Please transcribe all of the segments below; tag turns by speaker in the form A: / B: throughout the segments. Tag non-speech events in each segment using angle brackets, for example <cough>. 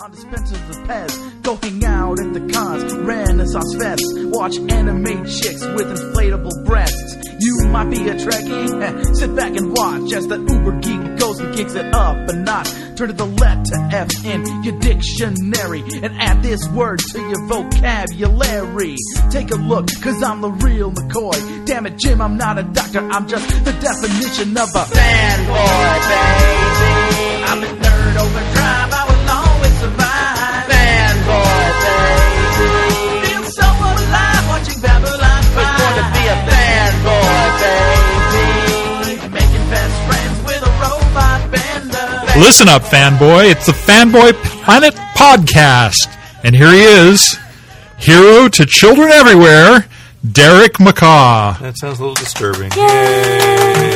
A: on dispensers of Pez. Go hang out at the cons, Renaissance Fest. Watch anime chicks with inflatable breasts. You might be a Trekkie, eh, sit back and watch as the Uber Geek goes and kicks it up a notch. Turn to the letter F in your dictionary and add this word to your vocabulary. Take a look, cause I'm the real McCoy. Damn it, Jim, I'm not a doctor, I'm just the definition of a fanboy, baby. I'm a nerd overdrive, I will always survive. Fanboy, baby. Feel so alive watching Babylon 5. It's going to be a fanboy, baby. Making best friends with a robot bender.
B: Listen up, fanboy. It's the Fanboy Planet Podcast. And here he is, hero to children everywhere, Derek McCaw.
C: That sounds a little disturbing. Yay!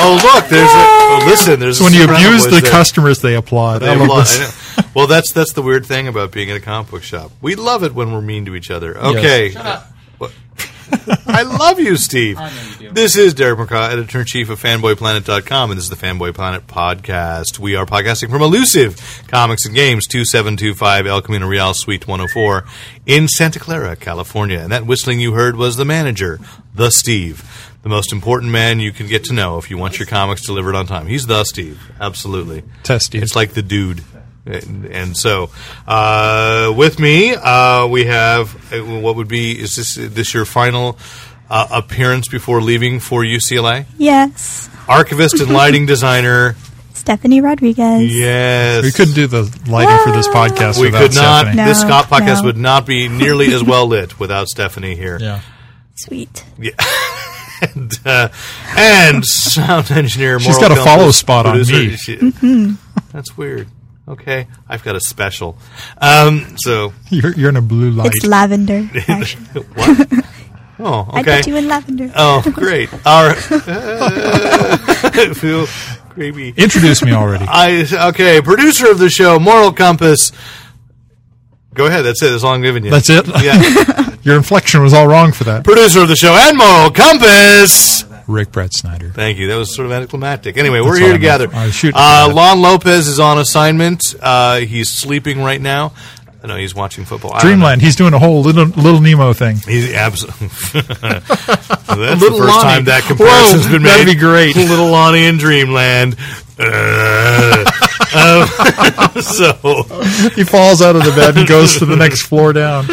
C: Oh look, there's a oh, listen. There's
B: So when
C: a
B: you
C: Soprano
B: abuse
C: voice
B: the
C: there.
B: customers, they applaud.
C: They
B: I love
C: applaud.
B: this.
C: I know. Well, that's that's the weird thing about being in a comic book shop. We love it when we're mean to each other. Okay, What- <laughs> I love you, Steve. This is Derek McCaw, editor in chief of FanboyPlanet.com, and this is the Fanboy Planet podcast. We are podcasting from Elusive Comics and Games, 2725 El Camino Real, Suite 104, in Santa Clara, California. And that whistling you heard was the manager, the Steve, the most important man you can get to know if you want your comics delivered on time. He's the Steve, absolutely.
B: Test Steve.
C: It's like the dude. And, and so, uh, with me, uh, we have uh, what would be is this this your final uh, appearance before leaving for UCLA?
D: Yes.
C: Archivist and lighting
B: <laughs>
C: designer.
D: Stephanie Rodriguez.
C: Yes,
B: We couldn't do the lighting for this podcast
C: We
B: without
C: could not.
B: Stephanie.
D: No,
C: this Scott podcast
D: no.
C: would not be nearly as well lit without Stephanie here.
B: Yeah.
D: Sweet.
C: And, uh, and sound engineer.
B: She's
C: moral
B: got a
C: compass,
B: follow spot on
C: producer.
B: me.
C: She-
D: Mm-hmm.
C: That's weird. Okay, I've got a special. Um, so
B: You're, you're in a blue light.
D: It's lavender. actually.
C: what? Oh,
D: I
C: okay.
D: put you in lavender.
B: <laughs>
C: Oh, great. All right. Uh, feel creepy.
B: Introduce me already.
C: I okay. Producer of the show, Moral Compass. Go ahead. That's it. That's all I'm giving you.
B: That's it?
C: Yeah.
B: <laughs> Your inflection was all wrong for that.
C: Producer of the show and Moral Compass.
B: Rick Brett Snyder.
C: Thank you. That was sort of anticlimactic. Anyway, we're
B: That's
C: here
B: all I meant.
C: together.
B: I shoot
C: Uh,
B: for that.
C: Lon Lopez is on assignment. Uh, he's sleeping right now. No, he's watching football. I don't know.
B: Dreamland. He's doing a whole little, little Nemo thing.
C: He's absolutely. <laughs> That's the
B: Little
C: first
B: Lonnie.
C: time that comparison's
B: Whoa,
C: been made.
B: that'd be great.
C: Little Lonnie in Dreamland. Uh, um, <laughs> so
B: He falls out of the bed and goes to the next floor down.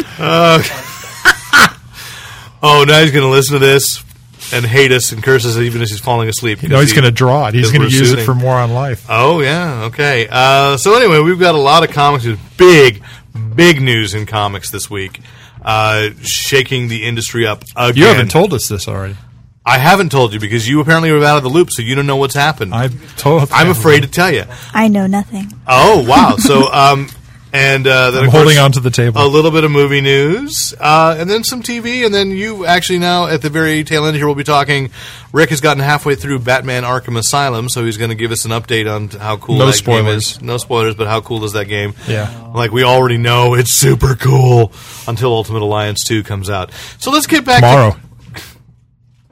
C: oh, now he's going to listen to this and hate us and curse us even as he's falling asleep.
B: No, he's going to draw it. He's
C: because
B: going
C: we're
B: to use
C: shooting.
B: it for more on life.
C: Oh yeah, okay. Uh, so anyway, we've got a lot of comics. There's big, big news in comics this week, uh, shaking the industry up again.
B: You haven't told us this already.
C: I haven't told you because you apparently were out of the loop, so you don't know what's happened.
B: I've told.
C: I'm afraid to tell you.
D: I know nothing.
C: Oh wow! So um, and uh, then
B: I'm
C: of course, Oh,
B: holding on to the table.
C: a little bit of movie news, uh, and then some TV, and then you actually now at the very tail end here we'll be talking. Rick has gotten halfway through Batman: Arkham Asylum, so he's going to give us an update on how cool.
B: No
C: that Game
B: spoilers.
C: is. No spoilers, but how cool is that game?
B: Yeah.
C: like we already know it's super cool until Ultimate Alliance Two comes out. So let's get back to-
B: Tomorrow.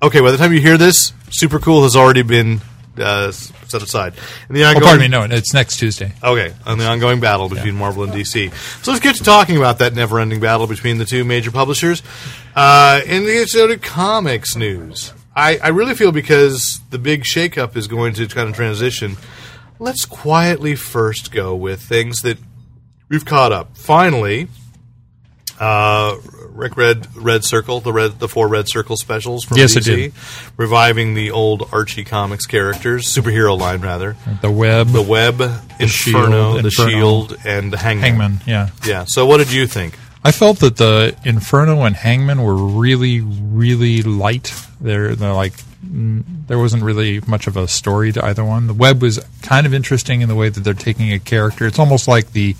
C: okay, by the time you hear this, super cool has already been. Uh, s- set aside. And the
B: Oh,
C: ongoing-
B: pardon me. No, it's next Tuesday.
C: Okay, on the ongoing battle between Marvel and DC. So let's get to talking about that never ending battle between the two major publishers. Uh, and let's go to comics news. I, I really feel because the big shakeup is going to kind of transition, let's quietly first go with things that we've caught up. Finally, uh, Rick Red Red Circle, the red the four Red Circle specials from
B: Yes,
C: DC,
B: it did.
C: reviving the old Archie comics characters, superhero line rather
B: The web.
C: the web, Inferno,
B: Shield,
C: the
B: Inferno.
C: Shield, and the Hangman.
B: Hangman. Yeah.
C: Yeah. So, what did you think?
B: I felt that the Inferno and Hangman were really, really light. They're, they're like, mm, there wasn't really much of a story to either one. The web was kind of interesting in the way that they're taking a character. It's almost like the,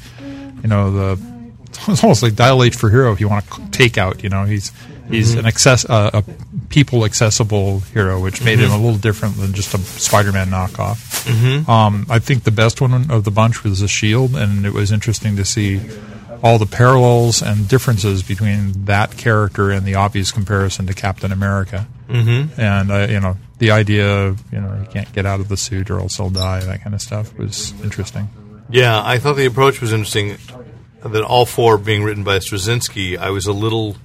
B: you know, the, <laughs> it's almost like dilate for hero if you want to c- take out. You know, he's he's an access uh, a people accessible hero, which made him a little different than just a Spider-Man knockoff. Um, I think the best one of the bunch was the Shield, and it was interesting to see all the parallels and differences between that character and the obvious comparison to Captain America. Mm-hmm. And uh, you know, the idea of you know he can't get out of the suit or else he'll die, that kind of stuff was interesting.
C: Yeah, I thought the approach was interesting. That all four being written by Straczynski, I was a little.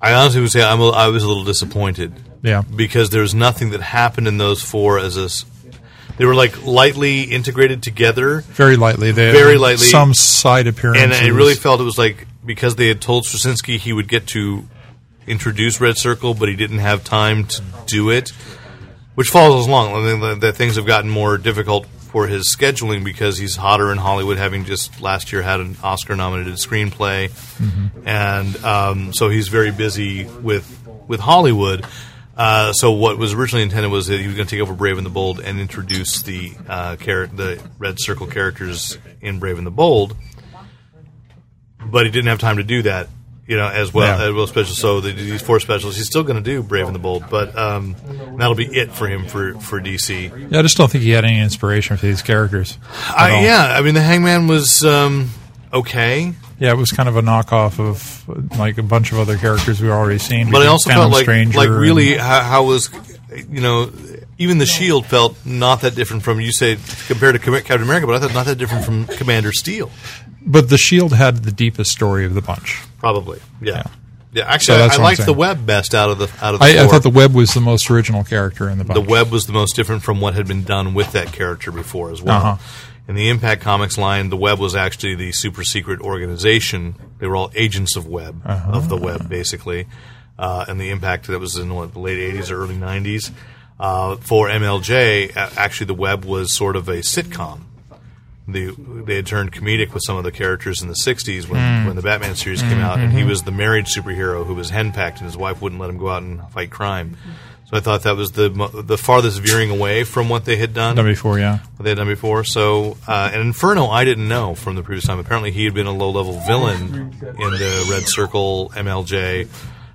C: I honestly would say I'm a, I was a little disappointed
B: Yeah.
C: because there's nothing that happened in those four as a. s- They were like lightly integrated together,
B: Very lightly. They
C: Very lightly.
B: Some side appearances.
C: and I really felt it was like because they had told Straczynski he would get to introduce Red Circle, but he didn't have time to do it, which follows along. I mean, that- that things have gotten more difficult for his scheduling because he's hotter in Hollywood, having just last year had an Oscar-nominated screenplay, and um, so he's very busy with with Hollywood. Uh, so what was originally intended was that he was going to take over Brave and the Bold and introduce the uh, char- the Red Circle characters in Brave and the Bold but he didn't have time to do that, you know, as well
B: Yeah.
C: as well special. So the, these four specials, he's still going to do Brave and the Bold, but um, that'll be it for him for for DC.
B: Yeah, I just don't think he had any inspiration for these characters. at all.
C: I, yeah, I mean, the Hangman was um, okay,
B: Yeah, it was kind of a knockoff of like a bunch of other characters we already seen.
C: but I
B: Like
C: also
B: Phantom
C: felt like
B: Stranger
C: like
B: and-
C: really how, how was you know. Even the Shield felt not that different from you say compared to Com- Captain America, but I thought not that different from Commander Steel.
B: but the Shield had the deepest story of the bunch.
C: Probably, yeah,
B: Yeah.
C: yeah. actually,
B: that's
C: I, I
B: what I'm
C: liked the
B: saying.
C: web best out of the out of the.
B: I, I
C: four.
B: thought the Web was the most original character in the bunch.
C: the web was the most different from what had been done with that character before as well.
B: Uh-huh.
C: In the Impact Comics line, the web was actually the super secret organization. They were all agents of web, of the web, basically. Uh, and the impact that was in what, the late 80s or early 90s. Uh, for MLJ, a- actually, the web was sort of a sitcom. The, they had turned comedic with some of the characters in the 60s when, when the Batman series came out, and he was the married superhero who was henpecked, and his wife wouldn't let him go out and fight crime. So I thought that was the mo- the farthest veering away from what they had done
B: Done before, yeah.
C: what they had done before. So, uh, and Inferno, I didn't know from the previous time. Apparently, he had been a low level villain in the Red Circle MLJ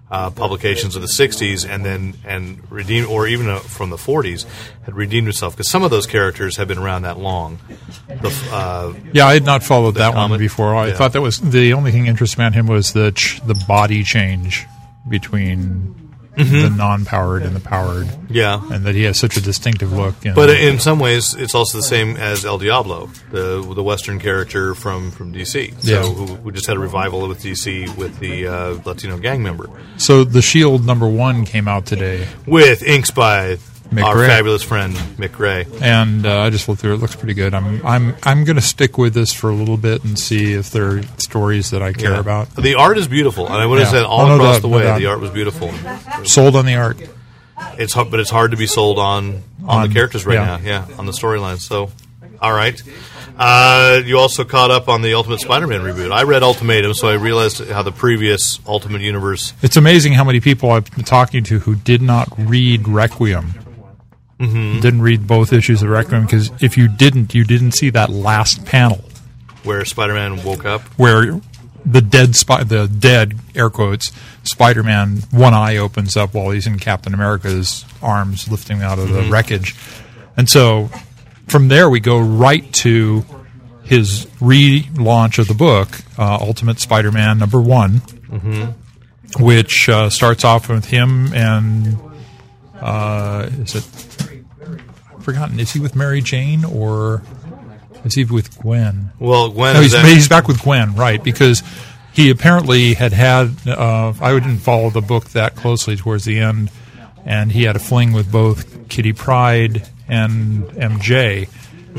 C: uh, publications of the '60s, and then and redeemed, or even uh, from the '40s, had redeemed himself because some of those characters have been around that long. The, f- uh,
B: Yeah, I had not followed that one
C: common-
B: before. I
C: yeah.
B: thought that was the only thing interesting about him was the ch- the body change between
C: Mm-hmm.
B: the non-powered and the powered,
C: yeah,
B: and that he has such a distinctive look. And,
C: But in some ways, it's also the same as El Diablo, the the Western character from, from DC. So
B: Yeah.
C: who, who just had a revival with DC with the uh, Latino gang member
B: so the Shield number one came out today,
C: with inks by
B: Mick
C: our
B: Ray.
C: fabulous friend Mick Ray.
B: and uh, I just looked through. it. It looks pretty good. I'm I'm I'm going to stick with this for a little bit and see if there are stories that I care
C: Yeah.
B: about.
C: the art is beautiful, and I would have
B: Yeah.
C: said all
B: Oh, no
C: across
B: doubt,
C: the
B: no
C: way
B: doubt.
C: the art was beautiful.
B: Sold on the art.
C: It's hard, but it's hard to be sold on on,
B: On-
C: the characters right
B: yeah.
C: now. Yeah, on the storyline. So, all right. Uh, you also caught up on the Ultimate Spider-Man reboot. I read Ultimatum, so I realized how the previous Ultimate Universe
B: It's amazing how many people I've been talking to who did not read Requiem. Didn't read both issues of Requiem because if you didn't, you didn't see that last panel
C: where Spider-Man woke up.
B: where the dead spy, the dead air quotes Spider-Man, one eye opens up while he's in Captain America's arms, lifting out of the wreckage, and so from there we go right to his relaunch of the book, uh, Ultimate Spider-Man number one, which uh, starts off with him and uh, is it I've forgotten? Is he with Mary Jane or is he with Gwen?
C: Well, Gwen
B: No,
C: is
B: he's,
C: that,
B: he's back with Gwen, right? Because he apparently had had. Uh, I didn't follow the book that closely towards the end, and he had a fling with both Kitty Pride and MJ,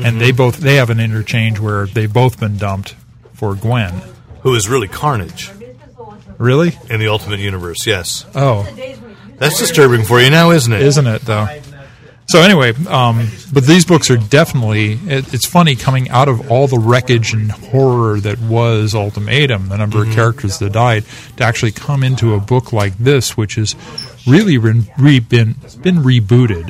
B: and they both they have an interchange where they've both been dumped for Gwen.
C: who is really Carnage
B: Really?
C: in the Ultimate Universe. Yes,
B: Oh,
C: that's disturbing for you now, isn't it?
B: isn't it though? So anyway, um, but these books are definitely. It, it's funny coming out of all the wreckage and horror that was Ultimatum, the number
C: Mm-hmm.
B: of characters that died, to actually come into a book like this, which is really re- re- been been rebooted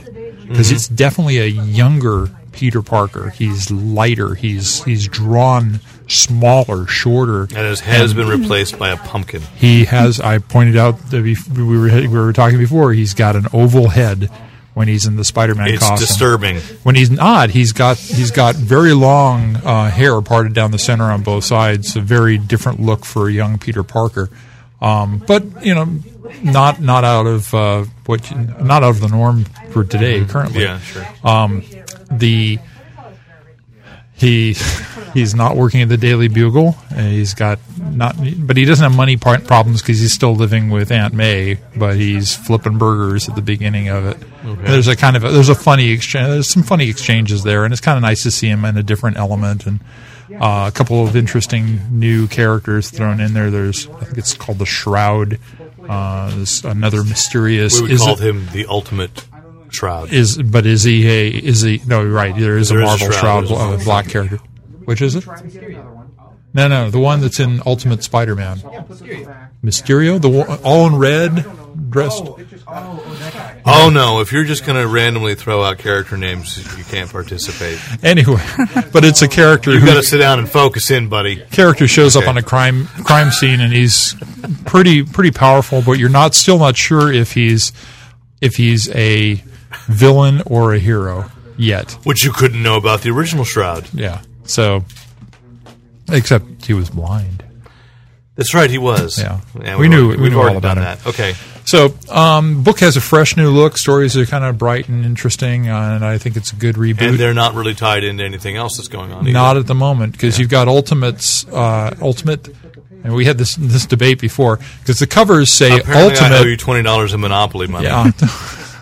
B: because
C: Mm-hmm.
B: it's definitely a younger Peter Parker. He's lighter. He's he's drawn smaller, shorter,
C: and his head has been replaced by a pumpkin.
B: he has. I pointed out that we, we were we were talking before. He's got an oval head when he's in the Spider-Man
C: It's
B: costume.
C: disturbing.
B: When he's not, he's got he's got very long uh, hair parted down the center on both sides. A very different look for young Peter Parker. Um, but you know, not not out of uh, what you- not out of the
C: Mm-hmm.
B: Uh, norm for today currently
C: Yeah, sure.
B: the He <laughs> he's not working at the Daily Bugle. And he's got not, but he doesn't have money par- problems because he's still living with Aunt May. But he's flipping burgers at the beginning of it. And There's a kind of a, there's a funny exchange. There's some funny exchanges there, and it's kind of nice to see him in a different element and. Uh, a couple of interesting new characters thrown in there. There's, I think it's called the Shroud. Uh, there's another mysterious.
C: We would
B: is
C: call
B: it-
C: him the ultimate shroud.
B: is but is he a is he no right there is
C: There
B: a
C: is a
B: Marvel Shroud,
C: Shroud, there's a
B: uh,
C: Shroud.
B: black character. Which is it? No, no, the one that's in Ultimate Spider-Man. Mysterio, the one, all in red, dressed.
C: Oh no! If you're just going to randomly throw out character names, you can't participate.
B: Anyway, <laughs> but it's a character
C: You got to
B: who
C: sit down and focus in, buddy.
B: character shows up
C: Okay.
B: on a crime crime scene and he's pretty pretty powerful, but you're not still not sure if he's if he's a villain or a hero yet.
C: Which you couldn't know about the original shroud.
B: Yeah. So, except he was blind.
C: That's right, he was.
B: Yeah.
C: we've
B: We knew-
C: already-
B: we
C: we've
B: knew
C: already
B: all about
C: done
B: him.
C: that. Okay,
B: So, um, book has a fresh new look. Stories are kind of bright and interesting, uh, and I think it's a good
C: and
B: reboot.
C: they're not really tied into anything else that's going on. either.
B: Not at the moment because you've got Ultimates, uh, Ultimate, and we had this this debate before because the covers say
C: Apparently, I owe you
B: Ultimate.
C: twenty dollars in Monopoly money.
B: Yeah. <laughs>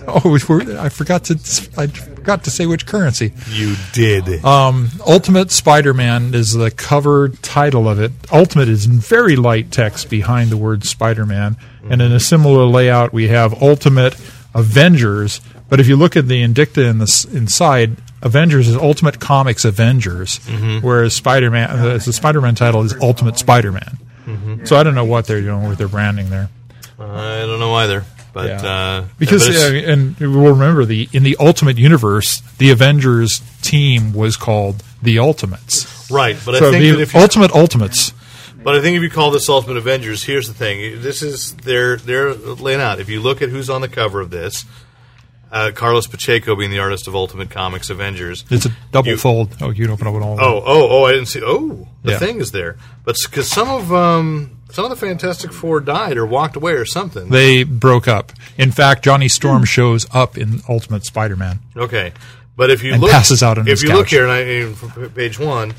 B: oh, we were, I forgot to I forgot to say which currency.
C: You did.
B: Uh, Ultimate Spider Man is the cover title of it. Ultimate is in very light text behind the word Spider Man. And in a similar layout, we have Ultimate Avengers. But if you look at the indicta in the, s- inside, Avengers is Ultimate Comics Avengers,
C: Mm-hmm.
B: whereas Spider Man, the, the Spider Man title is Ultimate Spider Man.
C: Mm-hmm.
B: So I don't know what they're doing with their branding there.
C: I don't know either, but
B: Yeah.
C: uh,
B: Because
C: but it's-
B: uh, and we'll remember the in the Ultimate Universe, the Avengers team was called the Ultimates.
C: right, but
B: So
C: I think
B: the
C: that if you,
B: ultimate ultimates.
C: but I think if you call this Ultimate Avengers, here's the thing: this is they're they're laying out. If you look at who's on the cover of this, uh, Carlos Pacheco being the artist of Ultimate Comics Avengers.
B: It's a double
C: You-
B: fold. Oh, you don't open up at all.
C: Oh, oh, oh! I didn't see. Oh, the
B: Yeah.
C: thing is there, but because some of um, some of the Fantastic Four died or walked away or something.
B: They broke up. In fact, Johnny
C: Hmm.
B: Storm shows up in Ultimate Spider-Man.
C: Okay, but if you
B: And
C: look,
B: passes out on
C: if
B: his
C: you look
B: couch.
C: here, and I, and from page one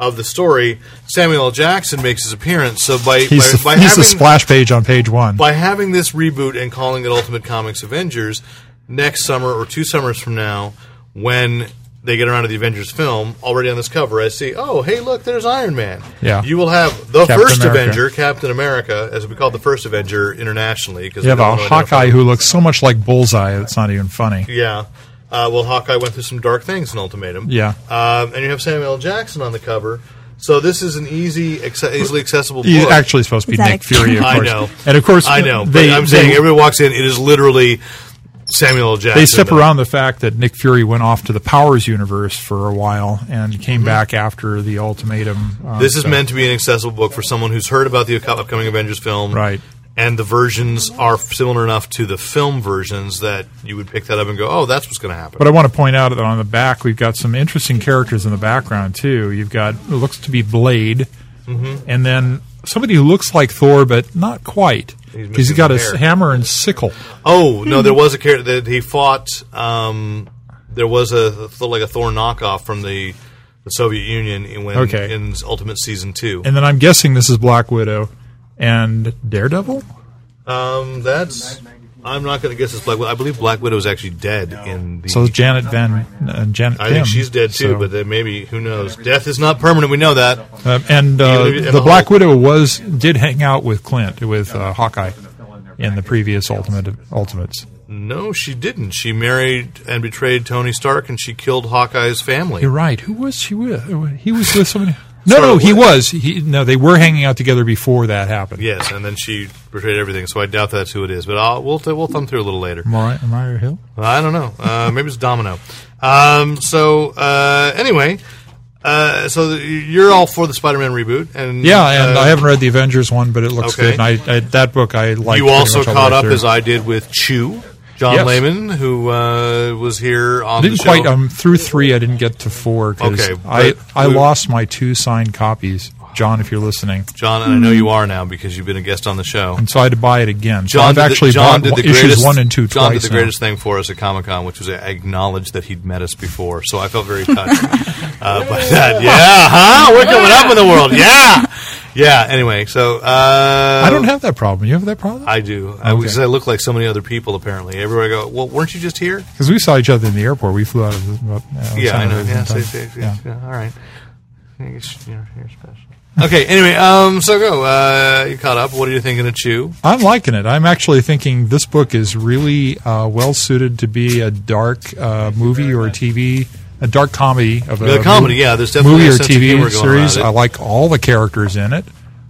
C: of the story, Samuel L. Jackson makes his appearance. So by
B: He's, the,
C: by, by
B: he's the
C: having
B: splash page on page one.
C: by having this reboot and calling it Ultimate Comics Avengers, next summer or two summers from now, when they get around to the Avengers film, already on this cover, I see. Oh, hey, look, there's Iron Man.
B: Yeah.
C: you will have the
B: Captain
C: first
B: America.
C: Avenger, Captain America, as we call the first Avenger internationally. Because
B: you have a Hawkeye who looks so much like Bullseye. It's not even funny.
C: Yeah. Uh, well, Hawkeye went through some dark things in Ultimatum.
B: Yeah.
C: Um, and you have Samuel L. Jackson on the cover. So this is an easy, acce- easily accessible book.
B: He's actually supposed to be
D: Is that
B: Nick
D: a-
B: Fury, of
C: <laughs> I
B: course.
C: know.
B: And of course,
C: I know.
B: They,
C: but I'm
B: they-
C: saying everybody walks in, it is literally Samuel L. Jackson.
B: they step around the fact that Nick Fury went off to the Powers universe for a while and came back after the Ultimatum. uh,
C: Mm-hmm. This is
B: stuff.
C: meant to be an accessible book for someone who's heard about the up- upcoming Avengers film.
B: Right.
C: And the versions are similar enough to the film versions that you would pick that up and go, oh, that's what's going to happen.
B: But I want to point out that on the back we've got some interesting characters in the background too. You've got it looks to be Blade,
C: Mm-hmm.
B: and then somebody who looks like Thor but not quite.
C: He's
B: He's
C: missing
B: got
C: the
B: a
C: hair.
B: hammer and sickle.
C: Oh
B: <laughs>
C: no, there was a character that he fought. Um, there was a like a Thor knockoff from the, the Soviet Union in when
B: Okay.
C: in Ultimate Season Two.
B: And then I'm guessing this is Black Widow and Daredevil.
C: Um, that's I'm not going to guess it's Black Widow. I believe Black Widow is actually dead in the.
B: So it's Janet Van uh, Janet.
C: I think
B: Pym.
C: she's dead too,
B: So-
C: but then maybe who knows? Death is not permanent. We know that.
B: Uh, and uh,
C: Even if-
B: the Black Widow was did hang out with Clint with uh, Hawkeye in the previous Ultimate Ultimates.
C: No, she didn't. She married and betrayed Tony Stark, and she killed Hawkeye's family.
B: You're right. Who was she with? He was with <laughs> somebody. No,
C: Sort of
B: no, he
C: what?
B: was. He, no, they were hanging out together before that happened.
C: Yes, and then she betrayed everything. So I doubt that's who it is. But I'll, we'll we'll thumb through a little later.
B: Mariah, Mariah Hill.
C: I don't know. Uh, maybe it's Domino. Um, so uh, anyway, uh, so th- you're all for the Spider-Man reboot, and
B: Yeah, and
C: uh,
B: I haven't read the Avengers one, but it looks
C: okay.
B: good. And I, I, that book I like.
C: You also caught up as I did with Chew, John
B: Yes.
C: Lehman, who uh, was here on
B: didn't um,
C: the show.
B: quite. I'm through three. I didn't get to four because
C: Okay,
B: I
C: but
B: I
C: we-
B: lost my two signed copies. John, if you're listening.
C: John, and I know you are now because you've been a guest on the show.
B: And so I had to buy it again. So
C: John
B: I've
C: did the-
B: actually
C: John
B: bought
C: did the
B: issues
C: greatest,
B: one and two
C: John
B: twice.
C: did the
B: now.
C: greatest thing for us at Comic Con, which was I acknowledged that he'd met us before, so I felt very touched uh, by that. Yeah, huh? We're coming up in the world. Yeah, yeah. Anyway, so uh,
B: I don't have that problem. You have that problem?
C: I do because
B: Okay.
C: I look like so many other people. Apparently, everywhere I go, well, weren't you just here?
B: Because we saw each other in the airport. We flew out of the. Uh,
C: yeah, I know. Yeah,
B: so,
C: safe, safe, yeah. yeah, all right. I guess you're, you're special. Okay. Anyway, um, so go. Uh, you caught up. What are you thinking of Chew?
B: I'm liking it. I'm actually thinking this book is really uh, well suited to be a dark uh, movie or a TV, a dark comedy of a
C: Yeah, comedy,
B: mov-
C: yeah, there's definitely
B: movie
C: a
B: or
C: sense of humor
B: TV
C: going
B: series.
C: around it.
B: I like all the characters in it.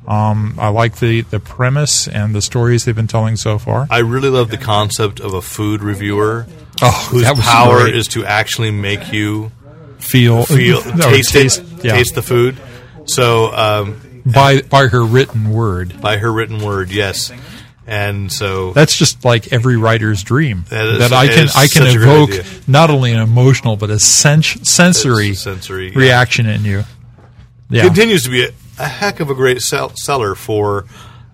B: Um, I like the, the premise and the stories they've been telling so far.
C: I really love the concept of a food reviewer
B: Oh,
C: whose
B: that was
C: power
B: great.
C: is to actually make you
B: feel
C: feel,
B: <laughs> no,
C: taste, it,
B: yeah.
C: taste the food. So um,
B: by by her written word.
C: by her written word, yes. And so
B: That's just like every writer's dream
C: That is-
B: I
C: that
B: can
C: is
B: I can
C: such a great
B: evoke
C: idea.
B: not only an emotional but a sen- sensory
C: sensory, yeah.
B: reaction in you. Yeah,
C: continues to be a, a heck of a great sell, seller for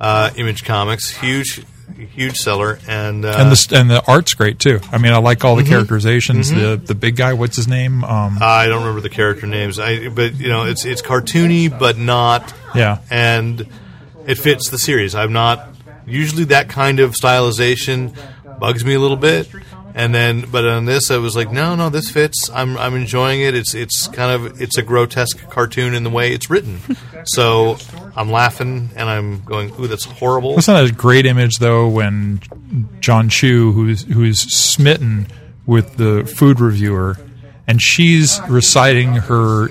C: uh, Image Comics. Huge, huge seller, and uh,
B: and the st- and the art's great too. I mean, I like all the characterizations. The the big guy, what's his name? Um,
C: I don't remember the character names. I but you know it's it's cartoony but not
B: yeah,
C: and it fits the series. I'm not usually that kind of stylization bugs me a little bit. And then, but on this, I was like, no, no, this fits. I'm, I'm enjoying it. It's, it's kind of, it's a grotesque cartoon in the way it's written. So I'm laughing and I'm going, ooh,
B: <laughs>
C: that's horrible.
B: Wasn't that a great image though when John Chu, who's who's smitten with the food reviewer, and she's reciting her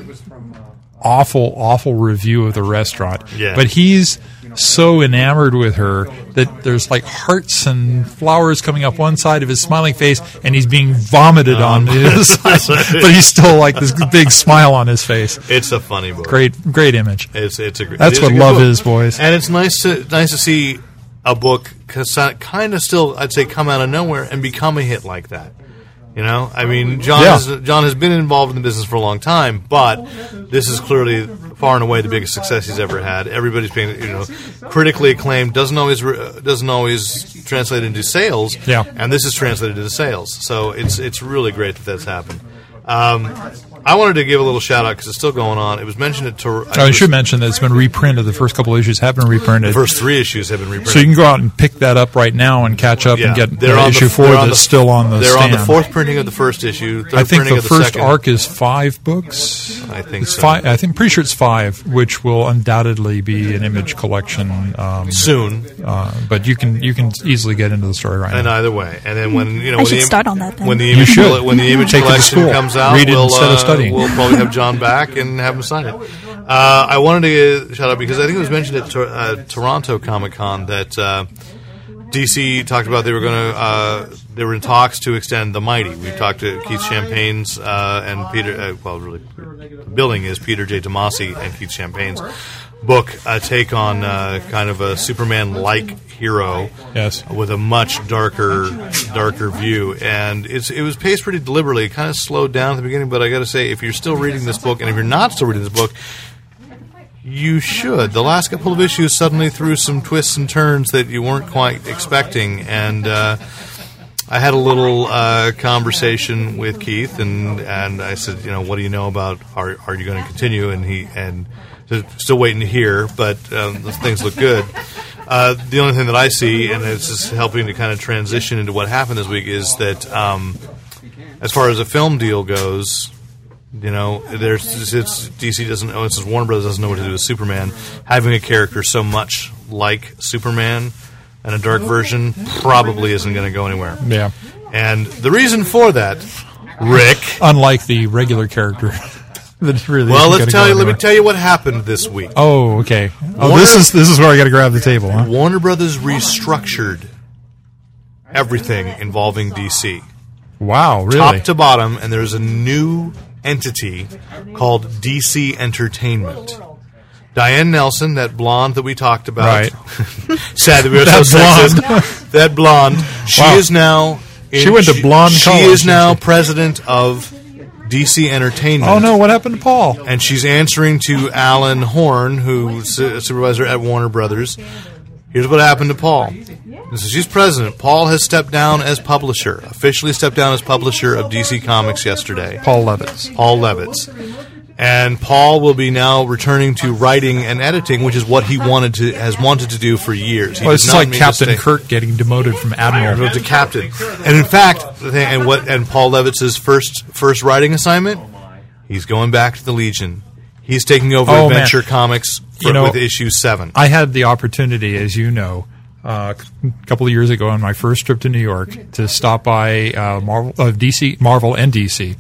B: awful, awful review of the restaurant.
C: Yeah.
B: But he's so enamored with her that there's like hearts and flowers coming up one side of his smiling face, and he's being vomited on
C: Um,
B: the
C: <laughs>
B: other side. But he's still like this big smile on his face.
C: It's a funny book.
B: Great, great image.
C: It's, it's a, gr-
B: That's
C: it is a
B: what
C: good
B: love
C: book.
B: is, boys.
C: And it's nice to, nice to see a book kind of still, I'd say, come out of nowhere and become a hit like that. You know, I mean, John
B: Yeah.
C: has, John has been involved in the business for a long time, but this is clearly far and away the biggest success he's ever had. Everybody's being, you know, critically acclaimed. Doesn't always re- uh, doesn't always translate into sales.
B: Yeah.
C: and this is translated into sales. So it's it's really great that that's happened. Um, I wanted to give a little shout out because it's still going on. It was mentioned at Tor-
B: I Oh, should mention that it's been reprinted. The first couple issues have been reprinted.
C: the first three issues have been reprinted.
B: So you can go out and pick that up right now and catch up and get
C: they're
B: the
C: on
B: issue four
C: they're
B: that's
C: on
B: still on the
C: They're
B: stand.
C: on the fourth printing of the first issue. Third
B: I think
C: printing
B: the
C: of the
B: first
C: second.
B: arc is five books.
C: I think
B: It's
C: so.
B: five. I think pretty sure it's five, which will undoubtedly be an image collection. Um,
C: soon.
B: uh, but you can you can easily get into the story right
C: And
B: now.
C: either way, and then when you know,
D: I
C: when
D: should
C: the im-
D: start on that then.
C: When the
D: You
C: image,
B: should.
C: when the image
B: Take it to
C: collection
B: school.
C: comes out,
B: Read it
C: we'll,
B: instead of
C: uh,
B: studying.
C: we'll probably have John back and have him sign it. Uh, I wanted to shout out because I think it was mentioned at Tor- uh, Toronto Comic Con that uh, DC talked about they were going to uh, they were in talks to extend the Mighty. We talked to Keith Champagne's uh, and Peter. Uh, well, really, the building is Peter J. Tomasi and Keith Champagne's book, a take on uh, kind of a Superman-like hero
B: Yes.
C: with a much darker darker view and it's it was paced pretty deliberately it kind of slowed down at the beginning but i got to say if you're still reading this book and if you're not still reading this book you should the last couple of issues suddenly threw some twists and turns that you weren't quite expecting and uh, I had a little uh, conversation with Keith, and, and I said, you know, what do you know about? Are are you going to continue? And he and said, still waiting to hear, but um, those things look good. Uh, the only thing that I see, and it's just helping to kind of transition into what happened this week, is that um, as far as a film deal goes, you know, there's it's, DC doesn't know. Since Warner Brothers doesn't know what to do with Superman, having a character so much like Superman and a dark version probably isn't going to go anywhere.
B: Yeah.
C: And the reason for that, Rick.
B: Unlike the regular character, <laughs> that's really
C: Well,
B: isn't gonna
C: let's tell
B: go
C: you. Let me
B: anywhere.
C: tell you what happened this week.
B: Oh, okay. Oh,
C: One
B: this
C: of
B: is this is where I got to grab the table. Huh?
C: Warner Brothers restructured everything involving DC,
B: Wow, really?
C: top to bottom, and there's a new entity called DC Entertainment. Diane Nelson, that blonde that we talked about,
B: Right.
C: <laughs> sad that we were
B: That
C: so
B: blonde.
C: sexist. <laughs> That blonde. She
B: Wow.
C: is now. in-
B: She went to blonde
C: She
B: college,
C: is now
B: didn't
C: president of DC Entertainment.
B: Oh no, what happened to Paul?
C: And she's answering to Alan Horn, who's a supervisor at Warner Brothers. Here's what happened to Paul. And so she's president. Paul has stepped down as publisher, officially stepped down as publisher of DC Comics yesterday.
B: Paul Levitz.
C: Paul Levitz. And Paul will be now returning to writing and editing, which is what he wanted to has wanted to do for years. He
B: Well,
C: did
B: it's just
C: not
B: like
C: mean to
B: Captain
C: stay-
B: Kirk getting demoted from
C: and
B: admiral.
C: wrote to captain. And in fact, the thing- and what and Paul Levitz's first first writing assignment, he's going back to the Legion. He's taking over
B: Oh, man.
C: Adventure Comics for,
B: You know,
C: with issue seven.
B: I had the opportunity, as you know, uh, a couple of years ago on my first trip to New York, to stop by uh, Marvel, uh, DC, Marvel, and DC.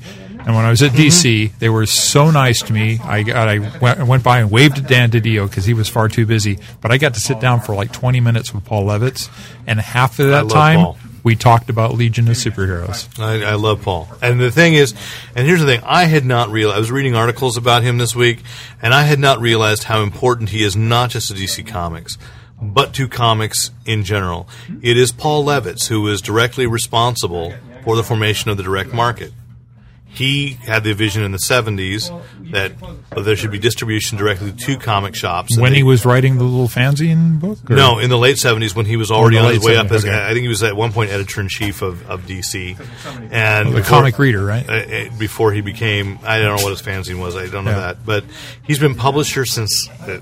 B: And when I was at
C: Mm-hmm.
B: DC, they were so nice to me. I got, I went, I went by and waved at Dan DiDio because he was far too busy. But I got to sit down for like 20 minutes with Paul Levitz, and half of that
C: love
B: time
C: Paul.
B: we talked about Legion of Superheroes.
C: I, I love Paul. And the thing is, and here's the thing: I had not realized. I was reading articles about him this week, and I had not realized how important he is not just to DC Comics, but to comics in general. It is Paul Levitz who is directly responsible for the formation of the direct market. He had the vision in the '70s that there should be distribution directly to comic shops. and
B: When
C: they-
B: he was writing the little fanzine book? or-
C: no, in the late seventies when he was already
B: Oh, in the
C: on his
B: late
C: way up
B: 70s,
C: as
B: okay.
C: I think he was at one point editor in chief of, of DC, and
B: The comic reader, right?
C: uh, uh, before he became I don't know what his fanzine was I don't know
B: Yeah.
C: that, but he's been publisher since. Uh,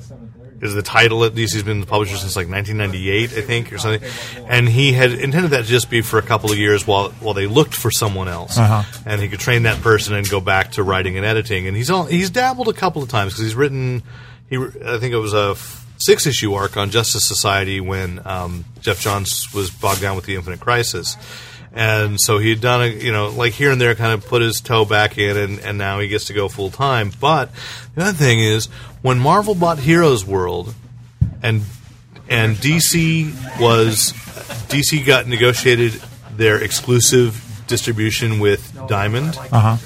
C: is the title at least he's been the publisher since like 1998 I think or something, and he had intended that to just be for a couple of years while while they looked for someone else,
B: Uh-huh.
C: and he could train that person and go back to writing and editing. And he's all, he's dabbled a couple of times because he's written. He wr- I think it was a six issue arc on Justice Society when um, Jeff Johns was bogged down with the Infinite Crisis, and so he had done a you know like here and there kind of put his toe back in, and, and now he gets to go full time. But the other thing is when Marvel bought Heroes World and and DC was DC got negotiated their exclusive distribution with Diamond.
B: Uh-huh.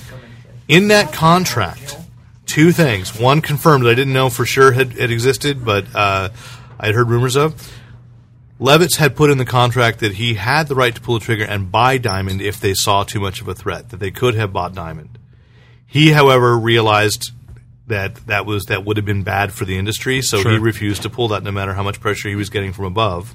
C: In that contract, two things: one confirmed that I didn't know for sure had, had existed, but uh, I had heard rumors of. Levitz had put in the contract that he had the right to pull the trigger and buy Diamond if they saw too much of a threat. That they could have bought Diamond. He, however, realized that that was that would have been bad for the industry, so he
B: Sure.
C: refused to pull that, no matter how much pressure he was getting from above.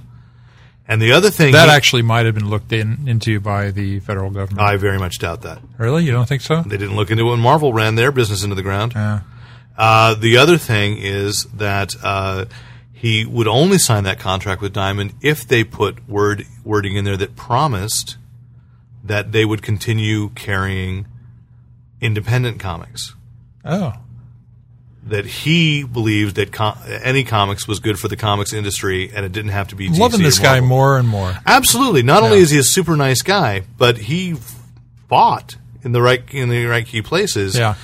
C: And the other thing
B: That
C: he-
B: actually might have been looked in, into by the federal government.
C: I very much doubt that
B: really? You don't think so?
C: they didn't look into it when Marvel ran their business into the ground.
B: Yeah.
C: Uh, the other thing is that uh, he would only sign that contract with Diamond if they put word wording in there that promised that they would continue carrying independent comics.
B: Oh.
C: That he believed that com- any comics was good for the comics industry, and it didn't have to be.
B: I'm loving
C: DC or
B: this guy
C: Marvel.
B: more and more.
C: Absolutely. Not only
B: Yeah.
C: is he a super nice guy, but he fought in the right in the right key places
B: Yeah.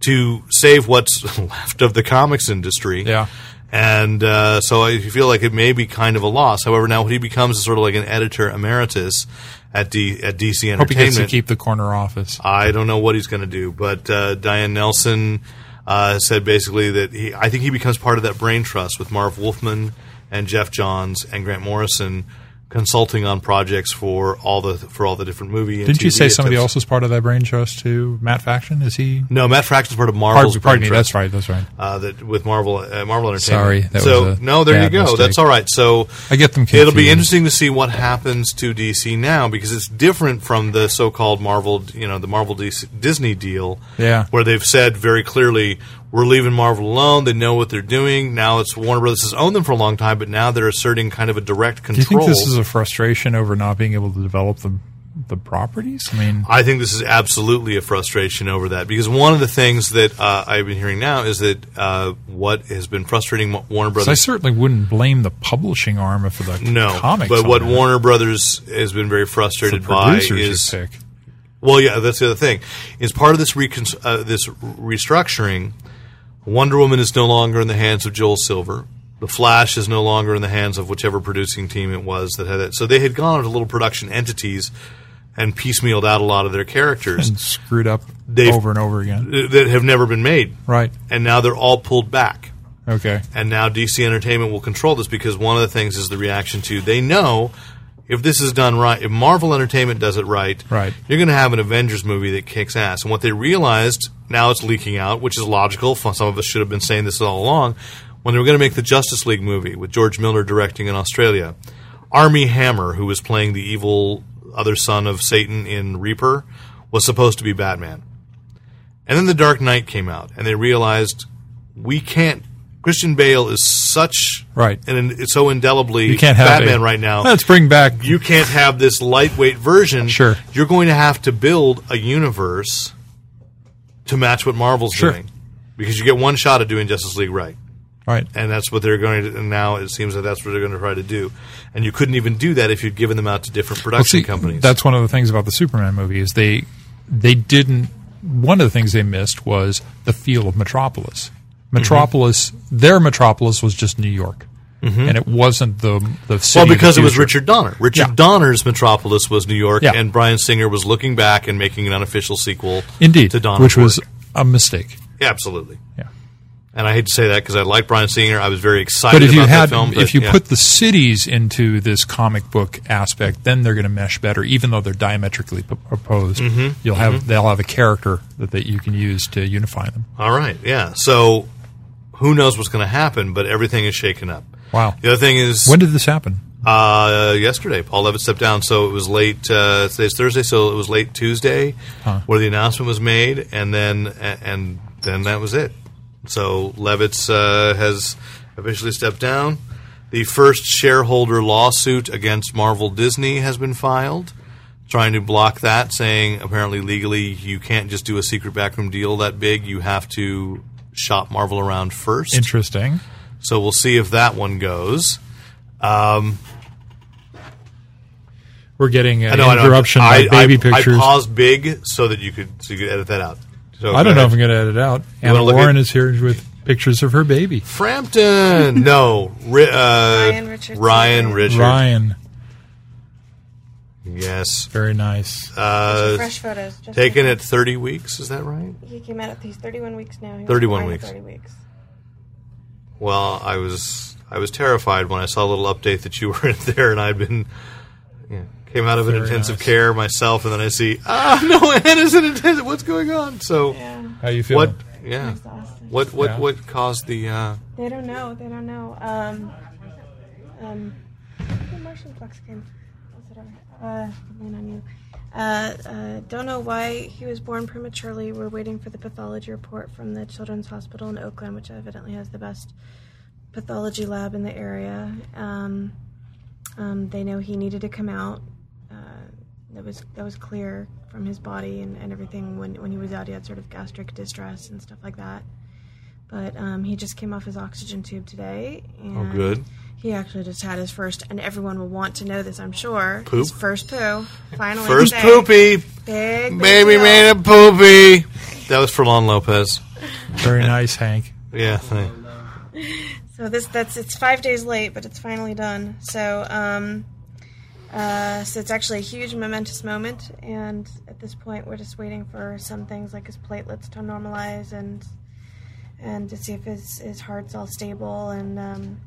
C: to save what's <laughs> left of the comics industry.
B: Yeah.
C: And uh, so I feel like it may be kind of a loss. However, now he becomes sort of like an editor emeritus at D, at DC Entertainment.
B: Hope he gets to keep the corner office.
C: I don't know what he's going to do, but uh, Diane Nelson uh, said basically that he, I think he becomes part of that brain trust with Marv Wolfman and Jeff Johns and Grant Morrison consulting on projects for all the for all the different movie. And
B: Didn't you
C: TV
B: say somebody
C: attempts.
B: else was part of that brain trust too? Matt Faction? Is he?
C: No, Matt Fraction's part of Marvel's
B: Pardon, pardon me.
C: brain trust.
B: That's right. That's right.
C: Uh, that with Marvel, uh, Marvel Entertainment.
B: Sorry, that
C: so
B: was a
C: no, there you
B: bad
C: go.
B: mistake.
C: That's all right. So
B: I get them
C: It'll be
B: confused.
C: interesting to see what happens to DC now because it's different from the so-called Marvel, you know, the Marvel DC, Disney deal,
B: Yeah.
C: where they've said very clearly we're leaving Marvel alone. They know what they're doing. Now it's Warner Brothers has owned them for a long time, but now they're asserting kind of a direct
B: Do you
C: control.
B: think this is a frustration over not being able to develop the the properties? I mean,
C: I think this is absolutely a frustration over that because one of the things that uh, I've been hearing now is that uh, what has been frustrating Wa- Warner
B: 'cause I
C: Brothers
B: certainly wouldn't blame the publishing arm for the
C: No,
B: comics.
C: but
B: on
C: what
B: that.
C: Warner Brothers has been very
B: the
C: frustrated by
B: producers
C: is
B: are sick.
C: well, yeah, that's the other thing. Is part of this recon- uh, this restructuring, Wonder Woman is no longer in the hands of Joel Silver. The Flash is no longer in the hands of whichever producing team it was that had it. So they had gone to little production entities and piecemealed out a lot of their characters
B: and screwed up
C: They've-
B: over and over again.
C: that have never been made,
B: Right.
C: and now they're all pulled back.
B: Okay.
C: and now DC Entertainment will control this because one of the things is the reaction to they know If this is done right, if Marvel Entertainment does it right,
B: Right.
C: you're going to have an Avengers movie that kicks ass. And what they realized now it's leaking out, which is logical. F- Some of us should have been saying this all along. When they were going to make the Justice League movie with George Miller directing in Australia, Army Hammer, who was playing the evil other son of Satan in Reaper, was supposed to be Batman. And then The Dark Knight came out, and they realized we can't. Christian Bale is such
B: Right.
C: and it's so indelibly
B: You can't have
C: Batman
B: a-
C: right now
B: Let's bring back
C: you can't have this lightweight version.
B: Sure.
C: You're going to have to build a universe to match what Marvel's
B: Sure.
C: doing. Because you get one shot at doing Justice League right.
B: right.
C: And that's what they're going to and now it seems that that's what they're going to try to do. And you couldn't even do that if you'd given them out to different
B: Well,
C: production
B: see,
C: companies.
B: That's one of the things about the Superman movie is they they didn't. One of the things they missed was the feel of Metropolis.
C: Mm-hmm.
B: Metropolis, their Metropolis was just New York, and it wasn't the the city.
C: Mm-hmm. well,
B: of the
C: because it was
B: future.
C: Richard Donner. Richard
B: Yeah.
C: Donner's Metropolis was New York,
B: Yeah.
C: and Brian Singer was looking back and making an unofficial sequel
B: indeed,
C: to Donner's
B: which was
C: work.
B: a mistake.
C: Yeah, absolutely.
B: Yeah.
C: And I hate to say that because I like Brian Singer. I was very excited
B: But if
C: about
B: you
C: that
B: had,
C: film. but
B: if you
C: yeah.
B: put the cities into this comic book aspect, then they're going to mesh better, even though they're diametrically p- opposed.
C: Mm-hmm.
B: You'll have they'll have a character that, that you can use to unify them.
C: All right, yeah. So who knows what's going to happen, but everything is shaken up.
B: Wow.
C: The other thing is
B: When did this happen?
C: uh, yesterday Paul Levitt stepped down, so it was late. Uh, today's Thursday, so it was late Tuesday
B: Huh.
C: where the announcement was made, and then a- and then that was it. So Levitt's uh, has officially stepped down. The first shareholder lawsuit against Marvel Disney has been filed, trying to block that, saying apparently legally you can't just do a secret backroom deal that big. You have to shop Marvel around first.
B: Interesting.
C: So we'll see if that one goes.
B: We're getting an
C: I know, I know.
B: interruption
C: I,
B: by baby
C: I,
B: pictures.
C: I paused big so that you could so you could edit that out. So
B: I don't
C: go
B: know if I'm
C: ahead.
B: going to edit it out. Anna
C: wanna look
B: Warren
C: at-
B: is here with pictures of her baby,
C: Frampton. no, Ri- uh, Ryan
E: Richardson.
C: Ryan Richard.
B: Ryan.
C: Yes.
B: Very nice.
C: Uh,
E: Fresh photos. Just
C: taken at 30 weeks. Is that right?
E: He came out at these 31 weeks now. He was
C: 31
E: born at
C: weeks.
E: 30 weeks.
C: Well, I was I was terrified when I saw a little update that you <laughs> were in there, and I'd been yeah, came out of an
B: Very
C: intensive
B: nice.
C: care myself, and then I see ah <laughs> no, Anna's in intensive. What's going on? So
E: Yeah.
B: How you feeling?
C: what? Yeah.
E: Exhausted.
C: What what
B: Yeah.
C: what caused the? Uh,
E: They don't know. They don't know. Um, um, where'd the Martian flux came. Was it over? Uh, lean on you. Uh, uh, don't know why he was born prematurely. We're waiting for the pathology report from the Children's Hospital in Oakland, which evidently has the best pathology lab in the area. Um, um, they know he needed to come out. Uh, that was that was clear from his body and, and everything. When when he was out, he had sort of gastric distress and stuff like that. But um, he just came off his oxygen tube today. And
C: oh, good.
E: He actually just had his first, and everyone will want to know this, I'm sure.
C: Poop?
E: His first poo. Finally,
C: First
E: today.
C: poopy.
E: Big, big
C: Baby
E: deal.
C: made a poopy. That was for Lon Lopez.
B: Very nice, Hank.
C: Yeah. thank-
E: So this that's it's five days late, but it's finally done. So um, uh, so it's actually a huge momentous moment, and at this point, we're just waiting for some things like his platelets to normalize and and to see if his his heart's all stable, and um,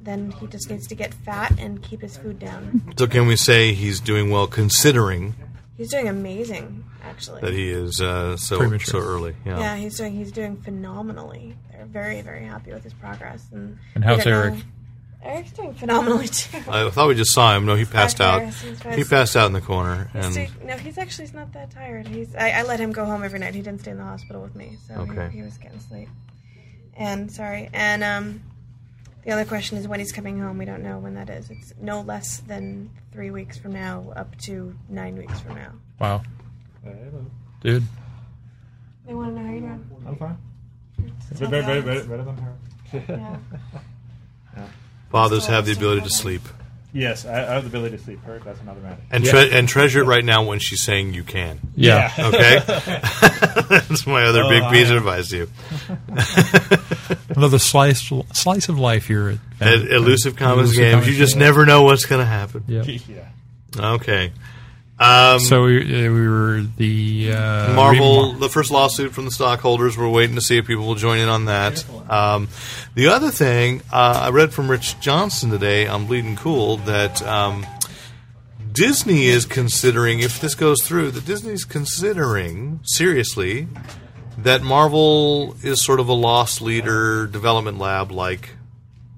E: then he just needs to get fat and keep his food down.
C: So can we say he's doing well considering
E: He's doing amazing, actually.
C: that he is uh, so
B: Premature.
C: so early? Yeah.
E: Yeah, he's doing he's doing phenomenally. They're very very happy with his progress. And,
B: And how's
E: we don't
B: Eric?
E: know- Eric's doing phenomenally too.
C: I thought we just saw him. No, he passed out.
E: Harrison's face.
C: He passed out in the corner.
E: He's
C: And
E: doing- no, he's actually he's not that tired. He's I, I let him go home every night. He didn't stay in the hospital with me, so he-
C: Okay.
E: he, was getting sleep. And sorry. And um, the other question is when he's coming home. We don't know when that is. It's no less than three weeks from now, up to nine weeks from now.
B: Wow. Dude.
E: They want to know how you're doing.
F: I'm fine.
E: Just tell the
F: Better, better, better,
E: audience.
F: better than her.
E: Yeah.
C: fathers have the ability to sleep.
F: Yes, I, I have the ability to sleep. Her, that's another matter.
C: And, tre- and treasure it right now when she's saying you can.
B: Yeah.
C: Okay? That's my other
F: Oh,
C: big
F: I
C: piece of
F: am.
C: advice to you.
B: Another slice slice of life here. At,
C: At Elusive Commons
B: Elusive
C: games,
B: Commons
C: you just
B: Games.
C: never know what's going to happen.
B: Yeah.
F: yeah.
C: Okay. Um,
B: So we, uh, we were the uh,
C: Marvel,
B: Reebok-
C: the first lawsuit from the stockholders. We're waiting to see if people will join in on that. Um, the other thing uh, I read from Rich Johnson today on Bleeding Cool that um, Disney is considering, if this goes through, that Disney's considering seriously that Marvel is sort of a lost leader development lab, like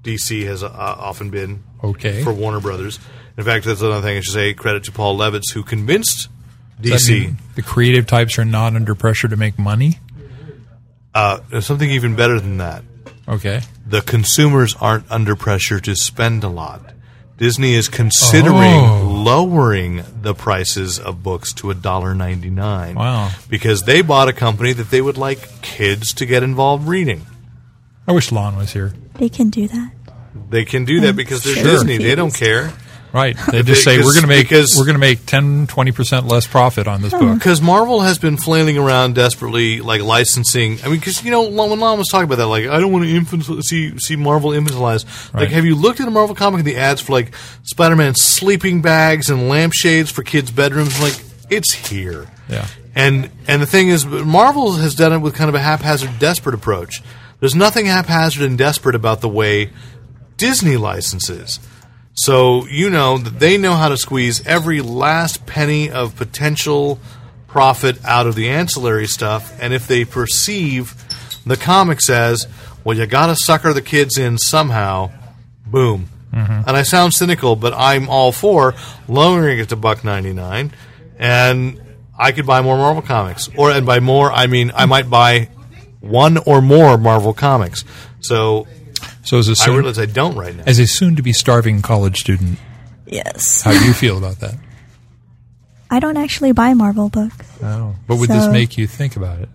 C: DC has uh, often been
B: Okay.
C: for Warner Brothers. In fact, that's another thing I should say. Credit to Paul Levitz, who convinced
B: Does that
C: DC.
B: mean the creative types are not under pressure to make money.
C: uh, there's something even better than that.
B: Okay.
C: the consumers aren't under pressure to spend a lot. Disney is considering
B: Oh.
C: lowering the prices of books to $1.99.
B: Wow.
C: Because they bought a company that they would like kids to get involved reading.
B: I wish Lon was here.
D: They can do that.
C: They can do that because they're
D: Sure.
C: Disney. They don't care. <laughs>
B: Right. They just say
C: Because-
B: we're going to make
C: because-
B: we're going to make 10 20% less profit on this
C: <laughs>
B: book.
C: Because Marvel has been flailing around desperately, like licensing. I mean, because you know, Lon- when Lon was talking about that, like, I don't want to infant- see see Marvel infantilized. Like,
B: Right.
C: have you looked at a Marvel comic and the ads for like Spider Man sleeping bags and lampshades for kids' bedrooms? Like, it's here.
B: Yeah.
C: And and the thing is, Marvel has done it with kind of a haphazard, desperate approach. There's nothing haphazard and desperate about the way Disney licenses. So you know that they know how to squeeze every last penny of potential profit out of the ancillary stuff, and if they perceive the comics as, well, you got to sucker the kids in somehow, boom. And I sound cynical, but I'm all for lowering it to buck ninety nine, and I could buy more Marvel comics. Or and by more, I mean I might buy one or more Marvel comics. So
B: So as a
C: I
B: soon,
C: realize I don't right now.
B: as a soon to be starving college student,
D: Yes.
B: how do
C: <laughs>
B: you feel about that?
D: I don't actually buy Marvel books.
B: Oh. But would this
D: So-
B: make you think about it?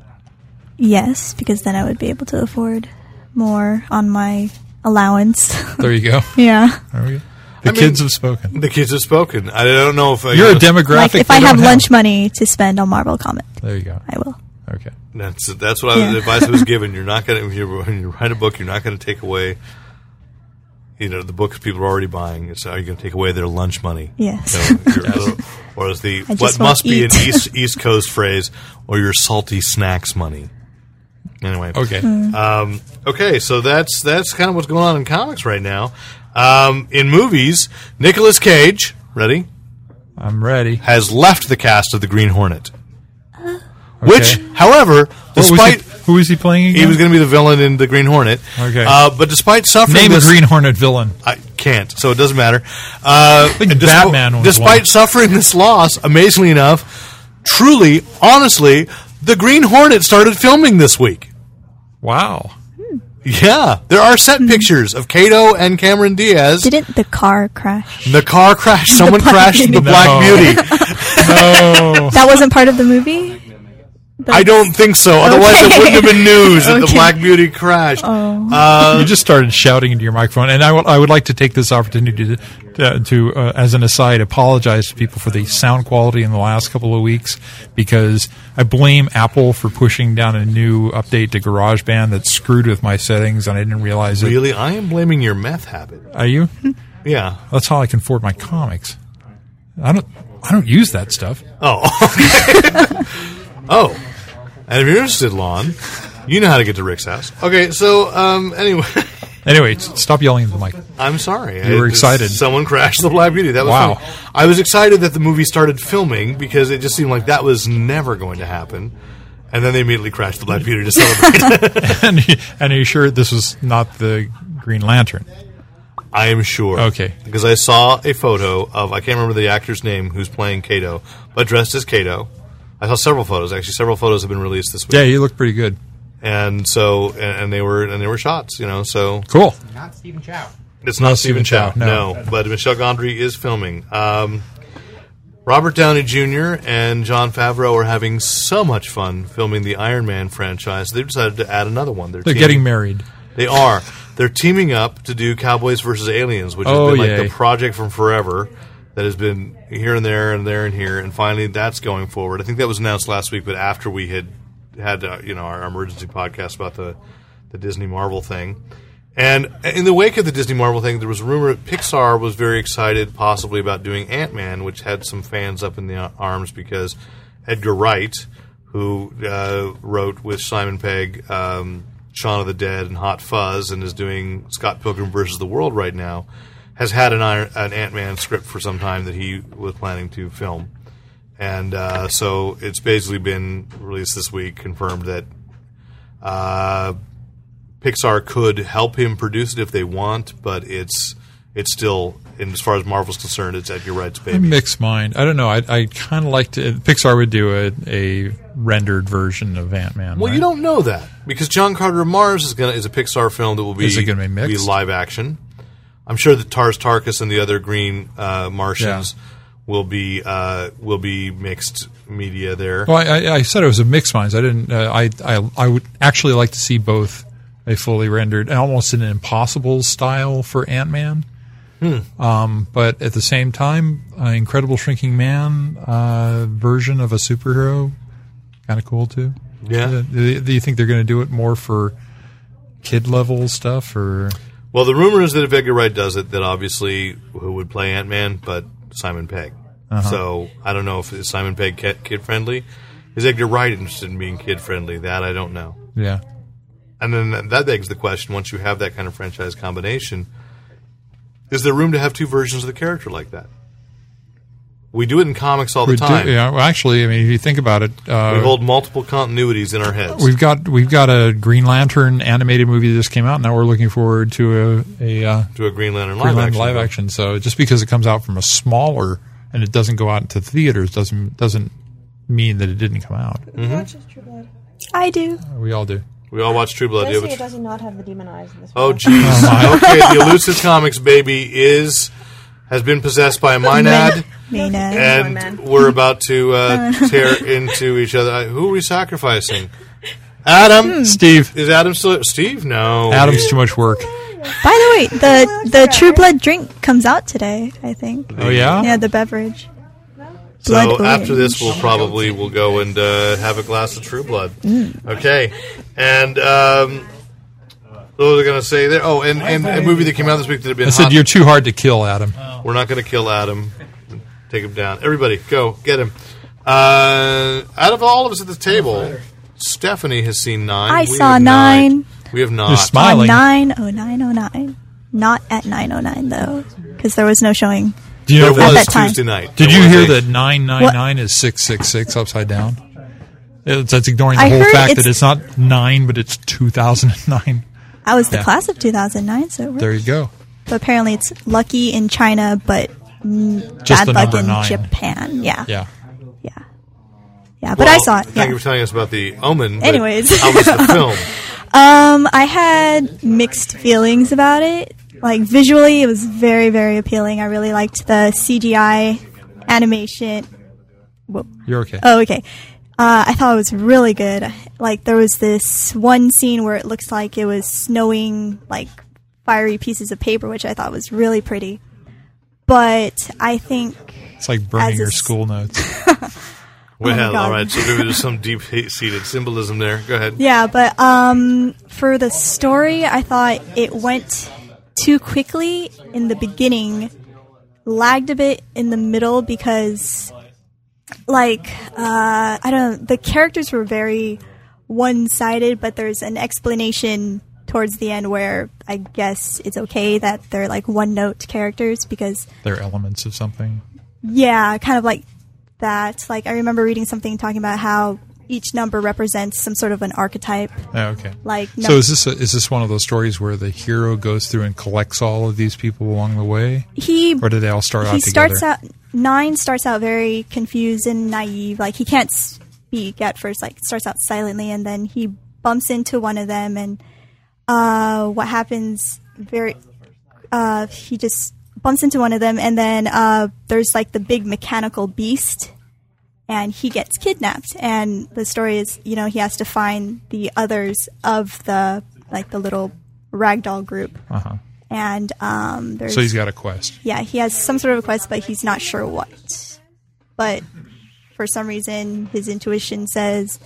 D: Yes, because then I would be able to afford more on my allowance. <laughs>
B: There you
C: <laughs>
B: go.
D: yeah.
B: There we go. The
C: I mean-
B: kids have spoken.
C: The kids have spoken. I don't know if I,
B: You're a demographic.
D: Like if
B: they
D: I
B: don't
D: have lunch money to spend on Marvel comic,
B: There you go.
D: I will.
B: Okay.
C: That's that's what I
D: Yeah.
C: the advice I was given. You're not going to when you write a book, you're not going to take away. You know the books people are already buying. It's are you going to take away their lunch money?
D: <laughs> Yes.
C: You know, your- or is the
D: I just
C: uh, what
D: won't
C: must be an
D: eat.
C: East
D: <laughs>
C: East Coast phrase, or your salty snacks money? Anyway,
B: Okay.
C: um, okay, so that's that's kind of what's going on in comics right now. Um, in movies, Nicolas Cage, ready,
B: I'm ready.
C: has left the cast of the Green Hornet.
D: Uh.
C: Which, however,
B: What was
C: despite
B: he, who is he playing again?
C: he was going to be the villain in the Green Hornet.
B: Okay.
C: Uh, but despite suffering
B: Name a
C: this,
B: Green Hornet villain.
C: I can't, so it doesn't matter. Uh,
B: think
C: despo-
B: Batman was
C: despite
B: one.
C: suffering this loss, amazingly enough, truly, honestly, the Green Hornet started filming this week.
B: <laughs> Wow.
C: Yeah, there are set
D: Hmm.
C: pictures of Kato and Cameron Diaz.
D: Didn't the car crash?
C: the car crashed.
D: <laughs>
C: Someone
D: Black
C: crashed the
D: Beauty.
C: Black
B: No.
C: Beauty.
B: <laughs> No.
D: That wasn't part of the movie?
C: I don't think so. Otherwise, it
D: Okay.
C: wouldn't have been news that the
D: Okay. Oh.
C: Black Beauty crashed.
B: you just started shouting into your microphone, and I would- I would like to take this opportunity to, uh, to uh, as an aside, apologize to people for the sound quality in the last couple of weeks because I blame Apple for pushing down a new update to GarageBand that screwed with my settings, and I didn't realize it.
C: Really, I am blaming your meth habit.
B: Are you?
C: Yeah.
B: That's how I can afford my comics. I don't. I don't use that stuff.
C: Oh. <laughs> okay. oh. And if you're interested, Lon, you know how to get to Rick's house. Okay, so um, anyway, <laughs>
B: Anyway, s- stop yelling at the mic.
C: I'm sorry.
B: You were
C: I just-
B: excited.
C: Someone crashed the Black Beauty. That was
B: Wow.
C: funny. I was excited that the movie started filming because it just seemed like that was never going to happen. And then they immediately crashed the Black Beauty
B: <laughs>
C: to celebrate.
B: and, and are you sure this was not the Green Lantern?
C: I am sure.
B: Okay.
C: Because I saw a photo of I can't remember the actor's name who's playing Kato, but dressed as Kato. I saw several photos. Actually, several photos have been released this week.
B: Yeah, you look pretty good.
C: and so and, and they were and they were shots, you know. So
B: Cool.
G: Not Stephen Chow.
C: it's not
B: Stephen
C: Stephen Chow,
B: Chow,
C: no.
B: no.
C: but Michelle Gondry is filming. Um, Robert Downey Jr. and John Favreau are having so much fun filming the Iron Man franchise. They've decided to add another one.
B: They're
C: teaming-
B: getting married.
C: They are. They're teaming up to do Cowboys versus Aliens, which
B: Oh,
C: has been like
B: yay.
C: the project from forever that has been here and there and there and here, and finally that's going forward. I think that was announced last week, but after we had had uh, you know our emergency podcast about the the Disney Marvel thing. And in the wake of the Disney Marvel thing, there was a rumor that Pixar was very excited, possibly about doing Ant Man, which had some fans up in the uh, arms because Edgar Wright, who uh, wrote with Simon Pegg, um, Shaun of the Dead, and Hot Fuzz, and is doing Scott Pilgrim versus the World right now, has had an Iron, an Ant Man script for some time that he was planning to film, and uh, so it's basically been released this week, confirmed that uh, Pixar could help him produce it if they want, but it's it's still, and as far as Marvel's concerned, it's at your rights,
B: A
C: baby.
B: mixed mind. I don't know. I I kind of liked it. Pixar would do a, a rendered version of Ant Man.
C: Well, you don't know that because John Carter of Mars is gonna is a Pixar film that will be
B: Is it gonna be mixed?
C: live action. I'm sure that Tars Tarkas and the other Green uh, Martians will be uh, will be mixed media there.
B: Well, I, I, I said it was a mixed minds. I didn't. Uh, I, I I would actually like to see both a fully rendered, almost an impossible style for Ant Man.
C: Hmm.
B: Um, but at the same time, uh, Incredible Shrinking Man uh, version of a superhero, kind of cool too.
C: yeah.
B: Uh, Do, do you think they're going to do it more for kid level stuff or?
C: Well, the rumor is that if Edgar Wright does it, that obviously who would play Ant Man but Simon Pegg.
B: Uh-huh.
C: So I don't know if is Simon Pegg kid friendly. Is Edgar Wright interested in being kid friendly? That I don't know.
B: Yeah.
C: And then that- that begs the question: once you have that kind of franchise combination, is there room to have two versions of the character like that? We do it in comics all the
B: We do-
C: time.
B: yeah. Well, actually, I mean, if you think about it, uh,
C: We hold multiple continuities in our heads.
B: We've got we've got a Green Lantern animated movie that just came out. Now we're looking forward to a, a uh,
C: to a Green Lantern live
B: Green Lantern
C: action.
B: live action. So just because it comes out from a smaller and it doesn't go out to theaters doesn't doesn't mean that it didn't come out.
C: Mm-hmm.
E: Who watches True Blood?
D: I do.
B: We all do.
C: We all watch True Blood.
E: Did I
C: yeah,
E: say
C: but-
E: it does not have the demon eyes in this
C: Oh,
E: one?
C: jeez. okay, the elusive comics baby is has been possessed by a Minad,
D: Maynard.
C: and
E: Minad.
C: we're about to
D: <laughs>
C: uh, tear into each other. I- Who are we sacrificing? Adam
B: Steve,
C: is Adam still Steve? No,
B: Adam's too much work.
D: By the way, the the True Blood drink comes out today. I think.
B: Oh yeah.
D: Yeah, the beverage.
C: So
D: Blood
C: after this,
D: orange.
C: we'll probably we'll go and uh, have a glass of True Blood.
D: Mm.
C: Okay, and um, what was I going to say there? Oh, and, and a movie that came out this week that had been
B: I said
C: hot. Oh.
B: you're too hard to kill, Adam.
C: We're not going to kill Adam. Take him down. Everybody, go get him. Uh, out of all of us at the table, Stephanie has seen nine.
D: I
C: We
D: saw
C: have
D: nine.
C: We have not.
B: You're
D: On
B: smiling.
D: nine oh nine oh nine, not at nine oh nine though, because there was no showing.
B: Do you
C: There
B: know
C: was
D: that
B: what?
D: time.
C: Tuesday night.
B: Did
C: There
B: you
C: was
B: hear
C: a-
B: that nine nine nine is six six six upside down? It's, that's ignoring the
D: I
B: whole
D: heard
B: fact
D: it's-
B: that it's not nine, but it's two thousand and nine.
D: I was the
B: Yeah.
D: class of two thousand nine, so it worked.
B: There you go.
D: But apparently, it's lucky in China, but mm,
B: Just the
D: bad luck
B: number
D: in
B: nine.
D: Japan. Yeah, yeah,
B: Yeah.
D: yeah. but I
C: Well,
D: saw it.
C: Thank
D: Yeah.
C: you for telling us about the Omen. but
D: Anyways.
C: how was
D: <laughs>
C: the film?
D: Um, I had mixed feelings about it. Like visually, it was very, very appealing. I really liked the CGI animation. Whoa.
B: You're okay.
D: Oh, okay. Uh, I thought it was really good. Like there was this one scene where it looks like it was snowing, like fiery pieces of paper, which I thought was really pretty. But I think
B: it's like burning
D: as
B: your
D: it's-
B: school notes.
C: Well, all
D: God.
C: right. So maybe there's some deep seated symbolism there. Go ahead.
D: Yeah, but um, for the story, I thought it went too quickly in the beginning, lagged a bit in the middle because, like, uh, I don't know, the characters were very one sided, but there's an explanation towards the end where I guess it's okay that they're like one note characters because
B: They're elements of something.
D: yeah, kind of like that. Like I remember reading something talking about how each number represents some sort of an archetype.
B: Oh, okay.
D: Like
B: So is this a, is this one of those stories where the hero goes through and collects all of these people along the way,
D: he
B: or do they all start out
D: he
B: together?
D: starts out nine starts out very confused and naive like he can't speak at first like starts out silently and then he bumps into one of them and uh what happens very uh he just bumps into one of them and then uh there's like the big mechanical beast and he gets kidnapped and the story is you know he has to find the others of the like the little ragdoll group
B: Uh-huh.
D: and um there's
B: So he's got a quest.
D: yeah, he has some sort of quest, but he's not sure what. But for some reason, his intuition says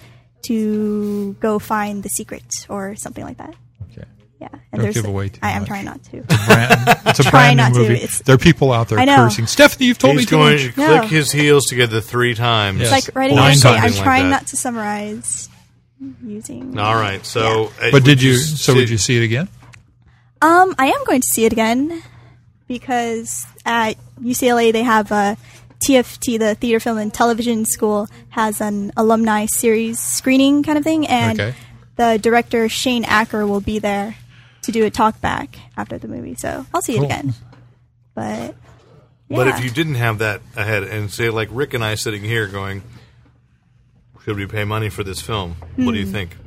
D: to go find the secret or something like that.
B: Okay.
D: Yeah, and
B: Don't give away too
D: I am
B: much.
D: trying
B: <laughs>
D: not to.
B: Brand, it's
D: <laughs>
B: a brand
D: not
B: new
D: to.
B: movie.
D: It's-
B: there are people out there
D: I know.
B: cursing. Stephanie, you've told
C: He's
B: me too
C: going to
B: much.
C: click
D: No.
C: his heels together three times.
B: Yes.
D: It's like writing
B: Nine
D: an essay.
B: times.
D: I'm
C: Something like
D: trying
C: that.
D: not to summarize using.
C: All right. So, uh,
B: But
C: would
B: did you? So
C: see-
B: would you see it again?
D: Um, I am going to see it again because at UCLA they have a TFT, the Theater, Film, and Television School, has an alumni series screening kind of thing, and
B: Okay.
D: the director Shane Acker will be there to do a talk back after the movie. So I'll see
B: Cool.
D: it again. But
C: But
D: yeah.
C: if you didn't have that ahead and say like Rick and I sitting here going, should we pay money for this film? What do
D: Hmm.
C: you think?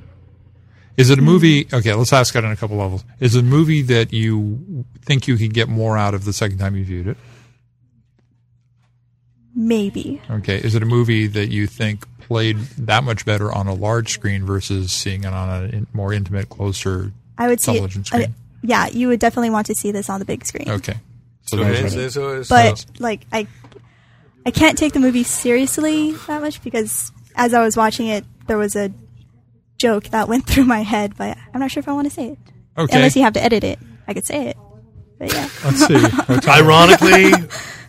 B: Is it a movie?
D: Mm-hmm.
B: Okay, let's ask it on a couple levels. Is it a movie that you think you could get more out of the second time you viewed it?
D: maybe
B: Okay, is it a movie that you think played that much better on a large screen versus seeing it on a in- more intimate, closer?
D: I would see it-
B: television screen.
D: uh, yeah, you would definitely want to see this on the big screen.
B: Okay, so
C: Okay,
B: that's
C: so,
B: right.
C: so, so
D: but like I, I can't take the movie seriously that much because as I was watching it, there was a joke that went <laughs> through my head, but I'm not sure if I want to say it.
B: Okay.
D: Unless you have to edit it, I could say it. But yeah,
B: let's see.
D: <laughs>
B: What time-
C: uh,
F: <laughs>
C: ironically,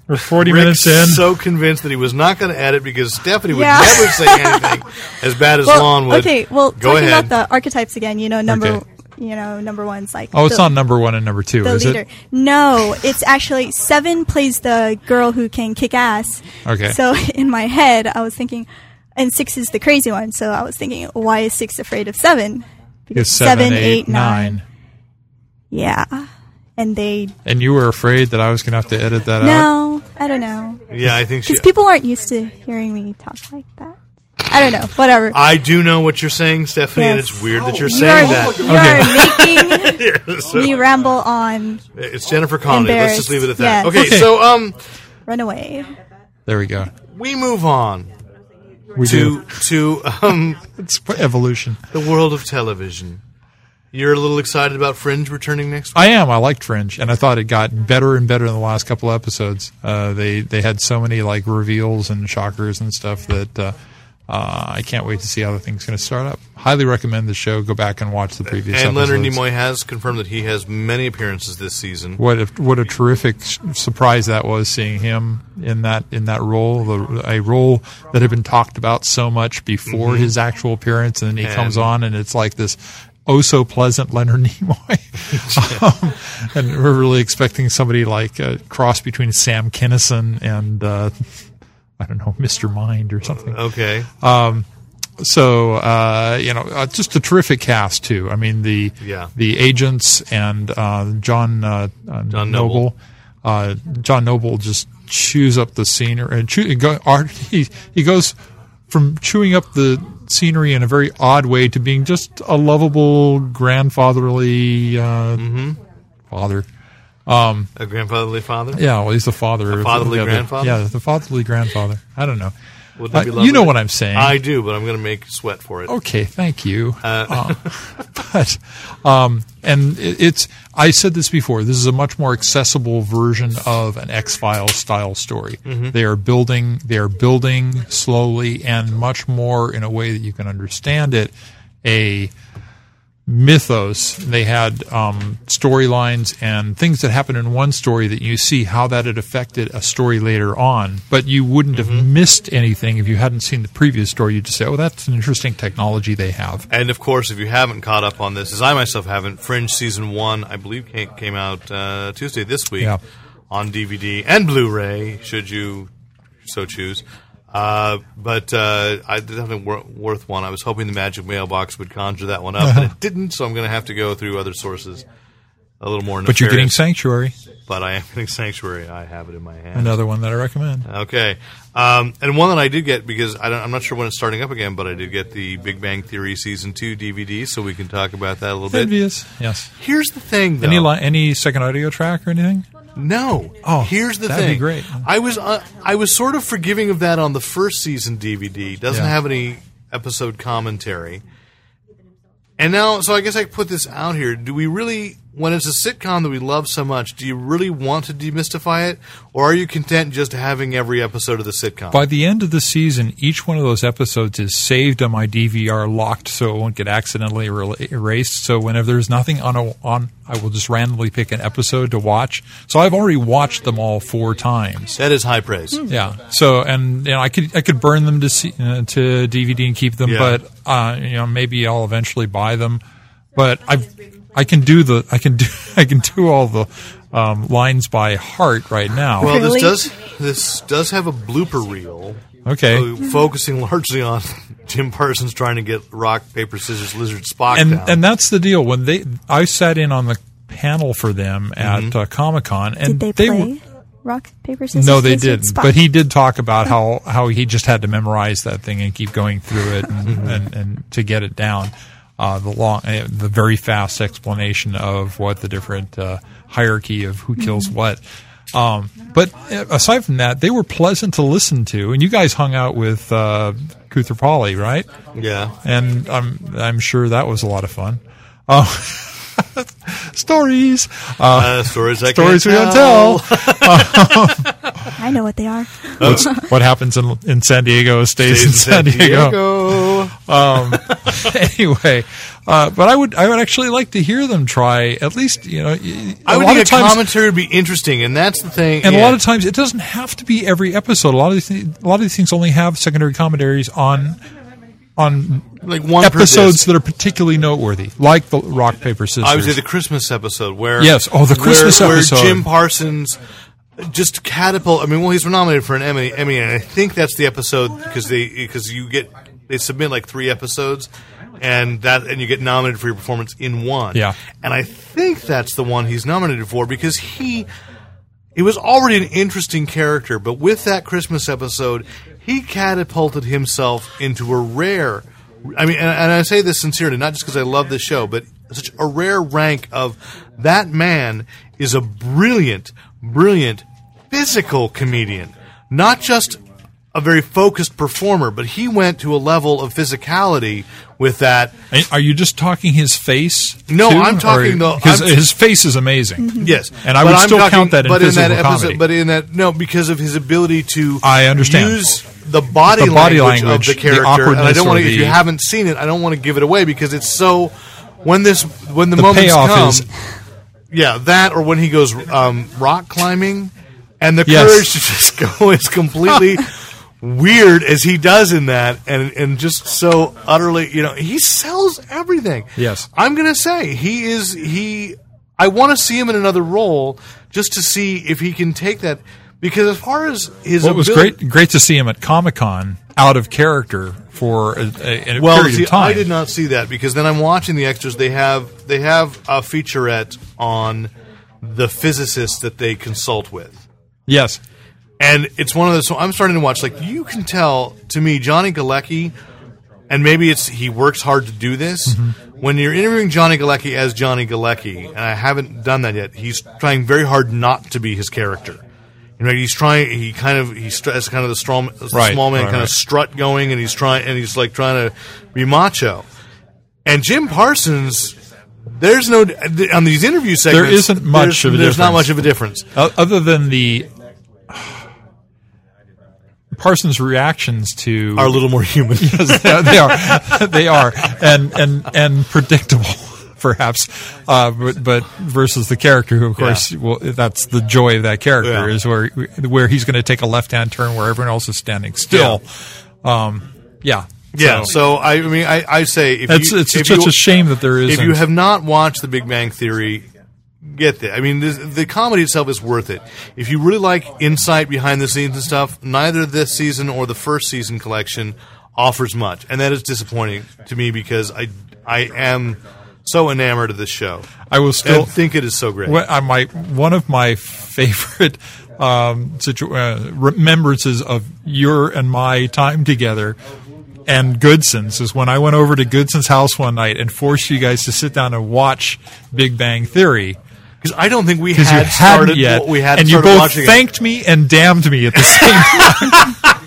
F: We're 40
C: Rick's
F: minutes in.
C: so convinced that he was not going to add it because Stephanie would
D: Yeah.
C: never
D: <laughs>
C: say anything as bad as Lon would.
D: okay. Well,
C: go
D: talking
C: ahead.
D: about the archetypes again, you know, number,
B: Okay.
D: you know, number one's like
B: oh, it's
D: the,
B: on number one and number two,
D: the
B: is
D: leader.
B: it?
D: No, it's actually seven plays the girl who can kick ass.
B: Okay.
D: So <laughs> in my head, I was thinking, and six is the crazy one. So I was thinking, why is six afraid of seven?
B: It's seven, eight, nine.
D: Yeah. And they
B: And you were afraid that I was going to have to edit that out.
D: no, I don't know,
C: Yeah, I think she.
D: because people aren't used to hearing me talk like that. I don't know. Whatever.
C: I do know what you're saying, Stephanie, and
D: Yes. Oh,
C: it's weird that you're
D: you
C: saying
D: are,
C: that.
D: You are
B: <laughs>
D: making me ramble on
C: It's Jennifer Connelly. Let's just leave it at that.
D: Embarrassed.
C: Okay,
D: Yes.
C: so um,
D: Runaway.
B: There we go.
C: we move on
B: We
C: to
B: do.
C: to um
B: It's evolution.
C: the world of television. You're a little excited about Fringe returning next week.
B: I am. I liked Fringe, and I thought it got better and better in the last couple episodes. Uh, they they had so many like reveals and shockers and stuff that uh, uh, I can't wait to see how the thing's going to start up. Highly recommend the show. Go back and watch the previous.
C: And
B: episodes.
C: Leonard Nimoy has confirmed that he has many appearances this season.
B: What a what a terrific s- surprise that was seeing him in that in that role, the, a role that had been talked about so much before his actual appearance, and then he
C: And-
B: comes on and it's like this oh so pleasant Leonard <laughs> Nimoy, um, and we're really expecting somebody like a cross between Sam Kinison and uh, I don't know Mr. Mind or something
C: Okay,
B: uh, so uh, you know, uh, just a terrific cast too. I mean the
C: Yeah.
B: the agents and uh, John uh, uh,
C: John Noble.
B: Noble. Uh, John Noble just chews up the scenery and chew, go, <laughs> art, he he goes from chewing up the scenery in a very odd way to being just a lovable grandfatherly uh,
C: Mm-hmm.
B: father.
C: a grandfatherly father.
B: Yeah, well, he's the father.
C: fatherly
B: yeah, the-
C: grandfather?
B: yeah, the fatherly grandfather. I don't know.
C: Wouldn't that
B: Uh,
C: be lovely?
B: you know what I'm saying.
C: I do, but I'm going to make you sweat for it.
B: okay, thank you. Uh, but um, and it, it's I said this before. This is a much more accessible version of an X Files style story. They are building. They are building slowly and much more in a way that you can understand it. A mythos. They had um, storylines and things that happened in one story that you see how that had affected a story later on. But you wouldn't have missed anything if you hadn't seen the previous story. You'd just say, "Oh, that's an interesting technology they have."
C: And of course, if you haven't caught up on this, as I myself haven't, Fringe season one, I believe, came, came out uh, Tuesday this week
B: Yeah.
C: on DVD and Blu-ray, should you so choose. Uh, but uh, I did have a wor- worth one. I was hoping the magic mailbox would conjure that one up,
B: <laughs>
C: and it didn't. So I'm going to have to go through other sources a little more.
B: But you're getting
C: nefarious.
B: Sanctuary,
C: But I am getting Sanctuary. I have it in my hand.
B: another one that I recommend.
C: Okay, um, and one that I did get because I don't, I'm not sure when it's starting up again, but I did get the Big Bang Theory season two DVD, so we can talk about that a little bit.
B: Envious, yes.
C: Here's the thing, though.
B: Any li- any second audio track or anything?
C: no.
B: Oh,
C: here's the
B: that'd be
C: thing.
B: great.
C: I was uh, I was sort of forgiving of that on the first season DVD. Doesn't
B: Yeah.
C: have any episode commentary. And now, so I guess I put this out here. Do we really, when it's a sitcom that we love so much, do you really want to demystify it, or are you content just having every episode of the sitcom?
B: By the end of the season, each one of those episodes is saved on my DVR, locked so it won't get accidentally rel- erased. So whenever there's nothing on, a, on, I will just randomly pick an episode to watch. So I've already watched them all four times.
C: that is high
B: Hmm.
C: praise.
B: Yeah. So and you know, I could I could burn them to see, uh, to DVD and keep them,
C: Yeah.
B: but uh, you know maybe I'll <laughs> eventually buy them. But I I can do the I can do I can do all the um, lines by heart right now.
C: Well,
D: Really?
C: this does this does have a blooper reel,
B: okay.
C: uh, focusing largely on <laughs> Tim Parsons trying to get rock paper scissors lizard Spock
B: and
C: down.
B: and that's the deal. When they, I sat in on the panel for them at uh, Comic Con, and
D: Did they play
B: were-
D: rock paper scissors?
B: no, they
D: lizard,
B: didn't.
D: Spock?
B: But he did talk about how, how he just had to memorize that thing and keep going through it and, and, and to get it down. Uh, the long, uh, the very fast explanation of what the different uh, hierarchy of who kills
D: Mm-hmm.
B: what. Um, but uh, aside from that, they were pleasant to listen to, and you guys hung out with uh, Kutherpali, right?
C: yeah,
B: and I'm I'm sure that was a lot of fun. Oh, <laughs> stories, uh,
C: uh, stories I
B: stories we
C: can't
B: don't tell.
D: I know what they are.
B: What's, <laughs> what happens in in San Diego stays, <laughs> in San, Diego.
C: Diego.
B: Um, <laughs> anyway, uh, but I would I would actually like to hear them try at least you know y-
C: I
B: a
C: would
B: lot
C: think a
B: of times.
C: commentary would be interesting, and that's the thing.
B: and a
C: yeah.
B: lot of times, it doesn't have to be every episode. A lot of these, thi- a lot of these things only have secondary commentaries on, on
C: like one per disc.
B: episodes that are particularly noteworthy, like the rock paper scissors.
C: I was at the Christmas episode where
B: Yes, oh, the Christmas
C: where,
B: episode.
C: where Jim Parsons just catapult. I mean, well, he's nominated for an Emmy, Emmy, and I think that's the episode because they because you get they submit like three episodes, and that and you get nominated for your performance in one.
B: Yeah.
C: and I think that's the one he's nominated for because he. He was already an interesting character, but with that Christmas episode, he catapulted himself into a rare. I mean, and, and I say this sincerely, not just because I love this show, but such a rare rank of that man is a brilliant, brilliant physical comedian, not just a very focused performer, but he went to a level of physicality with that.
B: And Are you just talking his face?
C: No,
B: too?
C: I'm talking
B: Or-
C: the-
B: his,
C: I'm- Mm-hmm.
B: his face is amazing. <laughs>
C: Yes,
B: And I
C: But
B: would
C: I'm
B: still count that in
C: but in that
B: physical
C: episode,
B: comedy.
C: But in that no, because of his ability to
B: I understand.
C: use the body,
B: The body
C: language,
B: language,
C: of
B: the
C: the character. and I
B: awkwardness
C: don't want
B: or
C: to. If you
B: the-
C: haven't seen it, I don't want to give it away because it's so. When this when the,
B: The
C: moments
B: payoff
C: come,
B: is-
C: yeah, that or when he goes um, rock climbing, and the
B: Yes.
C: courage to just go <laughs> is completely. Weird as he does in that, and and just so utterly, you know, he sells everything.
B: Yes.
C: I'm gonna say he is he. I want to see him in another role just to see if he can take that. Because as far as his
B: Well, it was
C: ability-
B: great great to see him at Comic Con out of character for a, a, a
C: Well,
B: period
C: see,
B: of time.
C: I did not see that because then I'm watching the extras. They have they have a featurette on the physicist that they consult with.
B: Yes.
C: And it's one of those. So I'm starting to watch. Like you can tell to me, Johnny Galecki, and maybe it's he works hard to do this.
B: Mm-hmm.
C: When you're interviewing Johnny Galecki as Johnny Galecki, and I haven't done that yet, he's trying very hard not to be his character. You know, he's trying. He kind of he str- has kind of the strong,
B: Right,
C: small man
B: right,
C: kind
B: right.
C: of strut going, and he's trying and he's like trying to be macho. And Jim Parsons. There's no on these interview segments.
B: isn't much
C: there's-
B: of a
C: There's not
B: difference.
C: much of a difference.
B: O- Other than the Parsons' reactions to
C: Are a little more human. <laughs>
B: because <laughs> they are they are, they are and and and predictable <laughs> perhaps uh, but, but versus the character who of course well that's the joy of that character
C: Yeah.
B: is where where he's going to take a left hand turn where everyone else is standing still um, yeah
C: Yeah,
B: So
C: so, I mean, I, I say if
B: it's
C: you,
B: it's
C: if
B: such
C: you,
B: a shame that there is
C: If you have not watched The Big Bang Theory, get there. I mean, this, the comedy itself is worth it. If you really like insight behind the scenes and stuff, neither this season or the first season collection offers much, and that is disappointing to me because I I am so enamored of this show.
B: I will
C: I
B: still
C: think it is so great.
B: Well, I my one of my favorite um, situ- uh, remembrances of your and my time together and Goodson's is when I went over to Goodson's house one night and forced you guys to sit down and watch Big Bang Theory
C: Because I don't think we
B: because you
C: had
B: hadn't
C: started
B: yet,
C: we had
B: and you
C: started
B: both
C: watching it.
B: thanked me and damned me at the same.
C: <laughs>
B: time.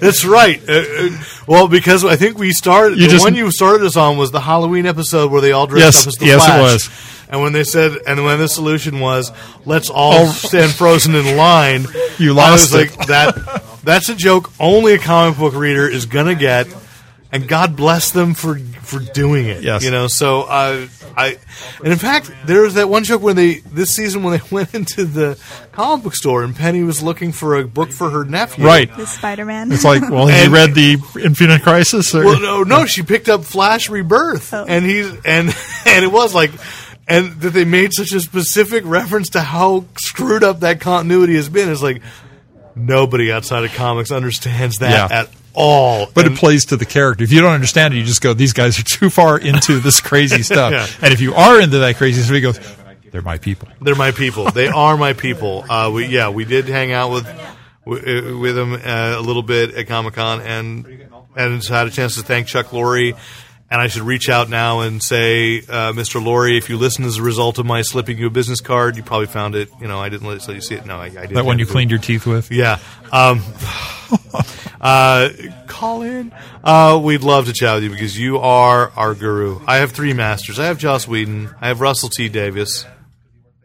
C: That's right. Uh, uh, well, because I think we started
B: You
C: the
B: just-
C: one you started us on was the Halloween episode where they all dressed
B: Yes,
C: up as the
B: yes, it
C: Flash.
B: was.
C: And when they said, and when the solution was, let's all stand frozen in line.
B: You
C: I
B: lost
C: was
B: it.
C: like that. That's a joke only a comic book reader is gonna get, and God bless them for for doing it.
B: Yes.
C: you know. So I, I, and in fact, there was that one joke when they this season when they <laughs> went into the comic book store and Penny was looking for a book for her nephew.
B: right.
D: The Spider Man.
B: It's
D: <laughs>
B: like, well, he
C: And-
B: read the Infinite Crisis, or
C: Well, no, no, she picked up Flash Rebirth,
D: Oh.
C: <laughs> and he's and and it was like and that they made such a specific reference to how screwed up that continuity has been is like nobody outside of comics understands that
B: Yeah.
C: at all.
B: But
C: And-
B: it plays to the character. If you don't understand it, you just go, these guys are <laughs> too far into this
C: <laughs>
B: crazy stuff.
C: Yeah.
B: And if you are into that crazy stuff, he goes, they're my people.
C: They're my people. They are my people. Uh, we yeah, we did hang out with wi- uh, with them uh, a little bit at Comic Con, and and so I had a chance to thank Chuck Lorre. And I should reach out now and say, uh, Mr. Lorre, if you listen as a result of my slipping you a business card, you probably found it. You know, I didn't let so you see it. No, I, I didn't.
B: That one you
C: Yeah.
B: cleaned your teeth with.
C: Yeah. Um, <sighs> uh, call in. Uh, we'd love to chat with you because you are our guru. I have three masters. I have Joss Whedon. I have Russell T. Davis,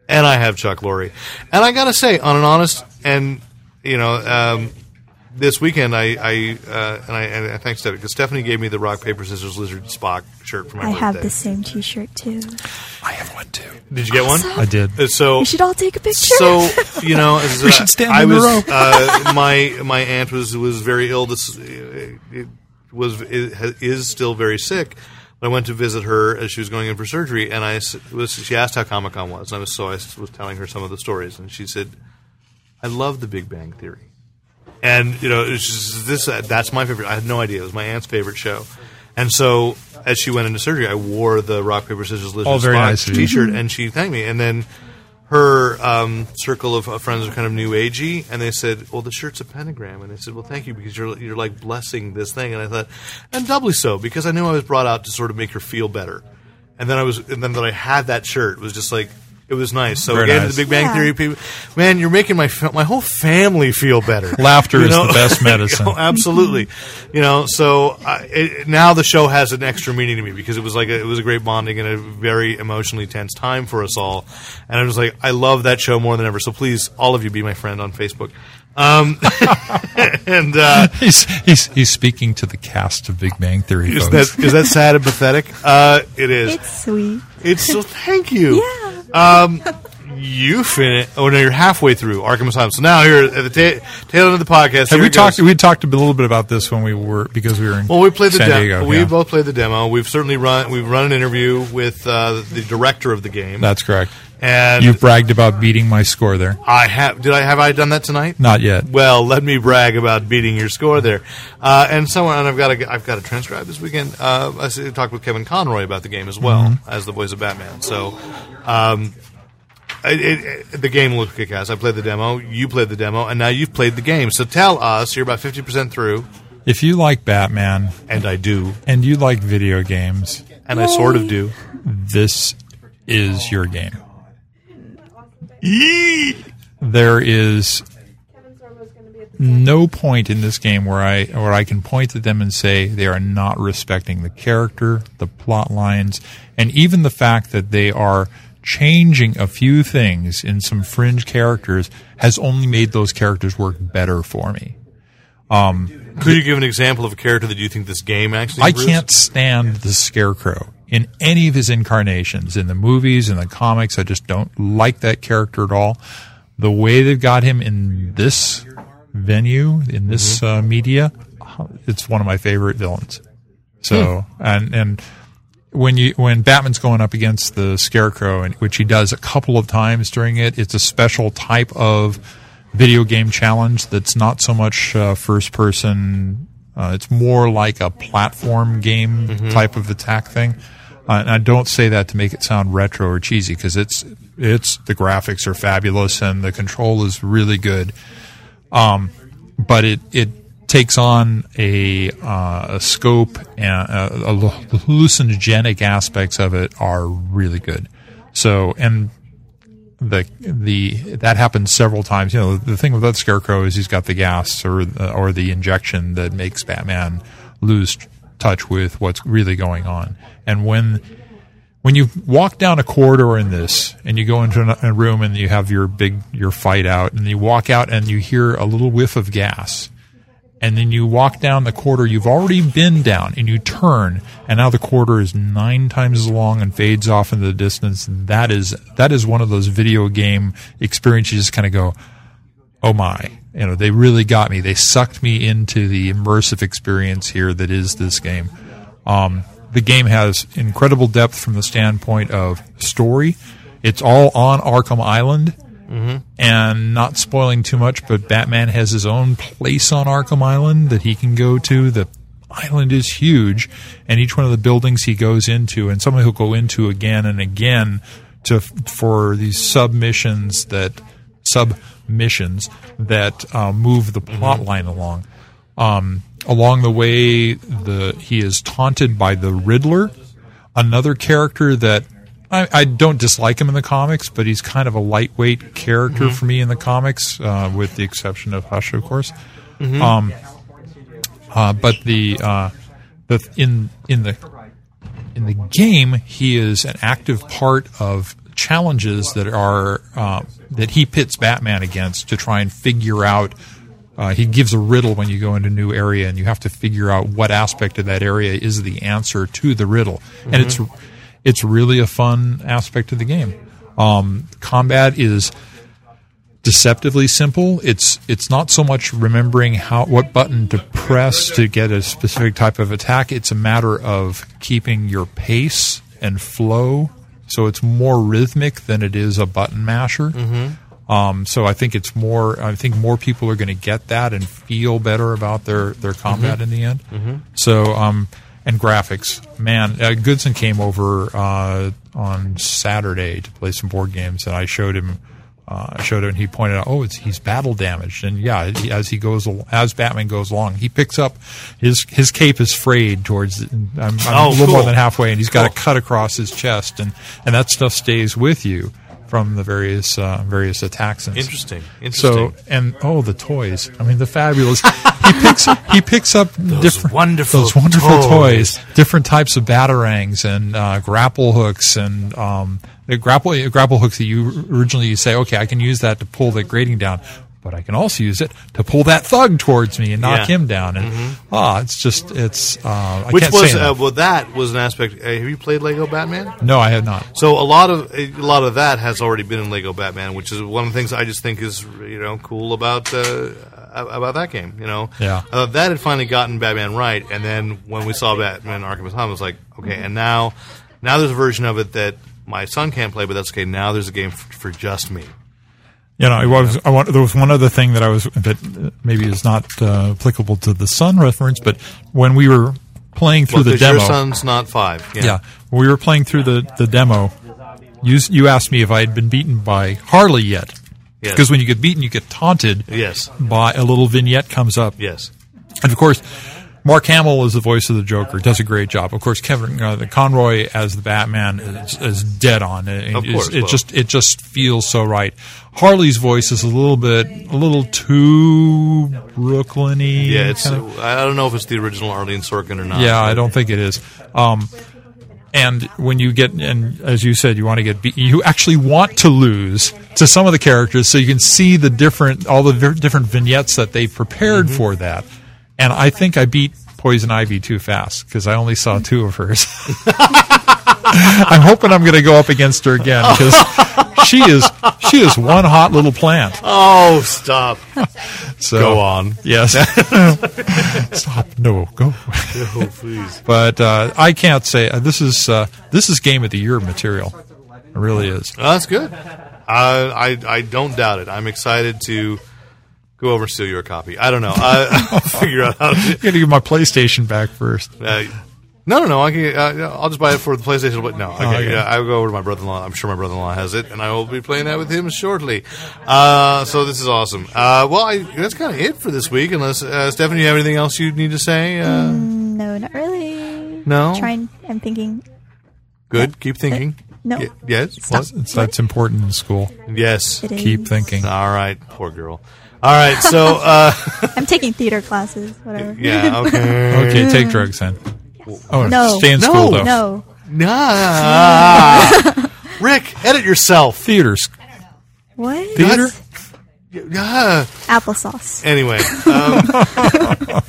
C: and I have Chuck Lorre. And I gotta say, on an honest and you know, um, this weekend I, I uh, and I and I thanks Stephanie because Stephanie gave me the rock paper scissors lizard Spock shirt for my
D: I
C: birthday.
D: have the same T-shirt too.
B: I have one too.
C: Did you get one?
B: I did.
C: Uh, So
D: We should all take a picture.
C: so you know, as,
B: We
C: uh,
B: should stand
C: I
B: in a
C: was
B: row.
C: uh, my my aunt was was very ill. This uh, it was it is still very sick. I went to visit her as she was going in for surgery, and I s- was she asked how Comic Con was, and I was so I s- was telling her some of the stories, and she said, "I love The Big Bang Theory." and you know it's just this uh, that's my favorite i had no idea it was my aunt's favorite show and so as she went into surgery i wore the rock paper scissors lizard
B: Oh, very
C: Spock
B: nice of you.
C: t-shirt and she thanked me and then her um, circle of uh, friends are kind of new agey and they said well the shirt's a pentagram and they said well thank you because you're, you're like blessing this thing and i thought and doubly so because i knew i was brought out to sort of make her feel better and then i was and then that i had that shirt was just like it was nice so
B: Very
C: again
B: nice.
C: the big bang
D: Yeah.
C: theory people man you're making my fa- my whole family feel better
B: Laughter
C: <laughs> You
B: is
C: know?
B: the best medicine.
C: Oh, absolutely. You know, so I, it, now the show has an extra meaning to me because it was like a, it was a great bonding and a very emotionally tense time for us all. And I was like, I love that show more than ever. So please, all of you, be my friend on Facebook. Um, <laughs> and uh,
B: he's, he's, he's speaking to the cast of Big Bang Theory.
C: is
B: Folks.
C: that is that sad and pathetic? Uh, it is.
D: it's sweet.
C: It's so thank you.
D: Yeah.
C: You finish. Oh no, you're halfway through Arkham Asylum. So now here at the ta- tail end of the
B: Have
C: podcast. here
B: we
C: it goes.
B: talked? We talked a little bit about this when we were because we were in.
C: Well, we played the
B: San
C: demo.
B: Diego.
C: we
B: yeah.
C: both played the demo. We've certainly run. We've run an interview with uh, the director of the game.
B: That's correct.
C: and
B: You've bragged about beating my score there.
C: I have. Did I have I done that tonight?
B: Not yet.
C: Well, let me brag about beating your score there. Uh, and someone, and I've got to, I've got to transcribe this weekend. Uh, I s- talked with Kevin Conroy about the game as well
B: Mm-hmm.
C: as the voice of Batman. So, um, it, it, it- the game looked kick ass. I played the demo. You played the demo, and now you've played the game. So tell us, you're about fifty percent through,
B: If you like Batman
C: and I do,
B: and you like video games,
C: and I sort of do.
B: this is your game. There is no point in this game where I where I can point at them and say they are not respecting the character, the plot lines, and even the fact that they are changing a few things in some fringe characters has only made those characters work better for me.
C: Could you give an example of a character that you think this game actually?
B: I
C: improves?
B: can't stand the Scarecrow in any of his incarnations in the movies in the comics. I just don't like that character at all. The way they've got him in this venue, in this uh, media, it's one of my favorite villains. So and and when you when Batman's going up against the Scarecrow, and which he does a couple of times during it, it's a special type of video game challenge that's not so much uh, first person. Uh, it's more like a platform game type of attack thing. Uh, and I don't say that to make it sound retro or cheesy because it's it's the graphics are fabulous and the control is really good but it it takes on a, uh, a scope and uh, a, the hallucinogenic aspects of it are really good. So and the the that happens several times. You know the thing with that scarecrow is he's got the gas or the, or the injection that makes Batman lose touch with what's really going on. And when when you walk down a corridor in this and you go into an- a room and you have your big your fight out and you walk out and you hear a little whiff of gas and then you walk down the corridor you've already been down and you turn and now the corridor is nine times as long and fades off into the distance that is that is one of those video game experiences you just kind of go oh my you know they really got me they sucked me into the immersive experience here that is this game um, the game has incredible depth from the standpoint of story. It's all on Arkham Island. And not spoiling too much, but Batman has his own place on Arkham Island that he can go to. The island is huge, and each one of the buildings he goes into, and somebody he'll go into again and again to for these submissions that submissions that uh, move the plot line along. Um, along the way, the he is taunted by the Riddler, another character that I, I don't dislike him in the comics, but he's kind of a lightweight character for me in the comics, uh, with the exception of Hush, of course. Um, uh, but the uh, the in in the in the game, he is an active part of challenges that are uh, that he pits Batman against to try and figure out. Uh, he gives a riddle when you go into a new area, and you have to figure out what aspect of that area is the answer to the riddle. And it's it's really a fun aspect of the game. Um, combat is deceptively simple. It's it's not so much remembering how what button to press to get a specific type of attack. It's a matter of keeping your pace and flow. So it's more rhythmic than it is a button masher. Um, so I think it's more. I think more people are going to get that and feel better about their their combat
C: Mm-hmm.
B: in the end. So um, and graphics, man, uh, Goodson came over uh, on Saturday to play some board games, and I showed him. Uh, I showed him, and he pointed out, "Oh, it's he's battle damaged." And yeah, he- as he goes, al- as Batman goes along, he picks up his his cape is frayed towards. the- I'm, I'm
C: Oh,
B: a little more
C: cool.
B: than halfway, and he's got
C: Cool.
B: a cut across his chest, and and that stuff stays with you from the various uh, various attacks. And
C: Interesting. Interesting.
B: so and oh, the toys! I mean, the fabulous. <laughs> he picks he picks up different
C: wonderful
B: those wonderful
C: toys.
B: toys. different types of batarangs and uh, grapple hooks and um, the grapple grapple hooks that you originally you say, okay, I can use that to pull the grating down, but I can also use it to pull that thug towards me and knock
C: Yeah. Mm-hmm.
B: him down. And ah, it's just it's. Uh, I
C: Which
B: can't
C: was
B: say
C: uh,
B: enough.
C: well, that was an aspect. Uh, have you played Lego Batman?
B: no, I have not.
C: So a lot of a lot of that has already been in Lego Batman, which is one of the things I just think is you know cool about uh, about that game. You know,
B: Yeah.
C: uh, that had finally gotten Batman right, and then when we saw Batman Arkham Asylum, it was like okay, and now now there's a version of it that my son can't play, but that's okay. Now there's a game f- for just me.
B: You know, I was, I want, there was one other thing that I was that uh, maybe is not uh, applicable to the sun reference, but when we were playing through
C: Well,
B: the
C: 'cause
B: demo,
C: your son's not five. Yeah.
B: yeah, when we were playing through the the demo. You s- you asked me if I had been beaten by Harley yet,
C: Yes.
B: because when you get beaten, you get taunted.
C: Yes.
B: by a little vignette comes up.
C: Yes.
B: And of course, Mark Hamill is the voice of the Joker. Does a great job. Of course, Kevin uh, the Conroy as the Batman is, is dead on. It,
C: Of
B: it's-
C: course,
B: it
C: well.
B: just it just feels so right. Harley's voice is a little bit a little too Brooklyny.
C: Yeah, it's.
B: kind of-
C: I don't know if it's the original Arlene Sorkin or not.
B: yeah, I don't think it is. Um, and when you get, and as you said, you want to get, beat, you actually want to lose to some of the characters, so you can see the different, all the ver- different vignettes that they prepared for that. And I think I beat Poison Ivy too fast because I only saw two of hers. <laughs> I'm hoping I'm going to go up against her again because she is she is one hot little plant.
C: Oh, stop.
B: So
C: Go on.
B: Yes. <laughs> Stop. No. Go.
C: <laughs> Oh, please.
B: but uh, I can't say uh, this is uh, this is game of the year material. It really is.
C: Oh, that's good. I, I I don't doubt it. I'm excited to go over and steal your copy. I don't know. I, <laughs> I'll figure out how to.
B: I'm gonna get my PlayStation back first.
C: Uh, no, no, no. I can, uh, I'll just buy it for the PlayStation. But no, okay,
B: okay.
C: yeah, I'll go over to my brother-in-law. I'm sure my brother-in-law has it, and I will be playing that with him shortly. Uh, so this is awesome. Uh, well, I, that's kind of it for this week. Unless uh, Stephanie, you have anything else you need to say? Uh,
D: No, not really.
C: no.
D: Trying. I'm thinking.
C: Good. Keep thinking.
D: No.
C: Y- yes.
D: Oh. Stop.
C: What?
B: It's, that's important in school.
C: Yes.
D: It is.
B: Keep thinking.
C: All right. Poor girl. All right. So.
D: <laughs>
C: Uh,
D: I'm taking theater classes. Whatever.
C: yeah. Okay.
D: <laughs>
B: Okay, take drugs then. Oh,
D: No.
B: stay in
C: No.
B: school though.
D: No. <laughs>
C: Nah. Rick, edit yourself.
B: Theaters,
D: What?
B: theater.
C: Yeah.
D: Applesauce.
C: Anyway.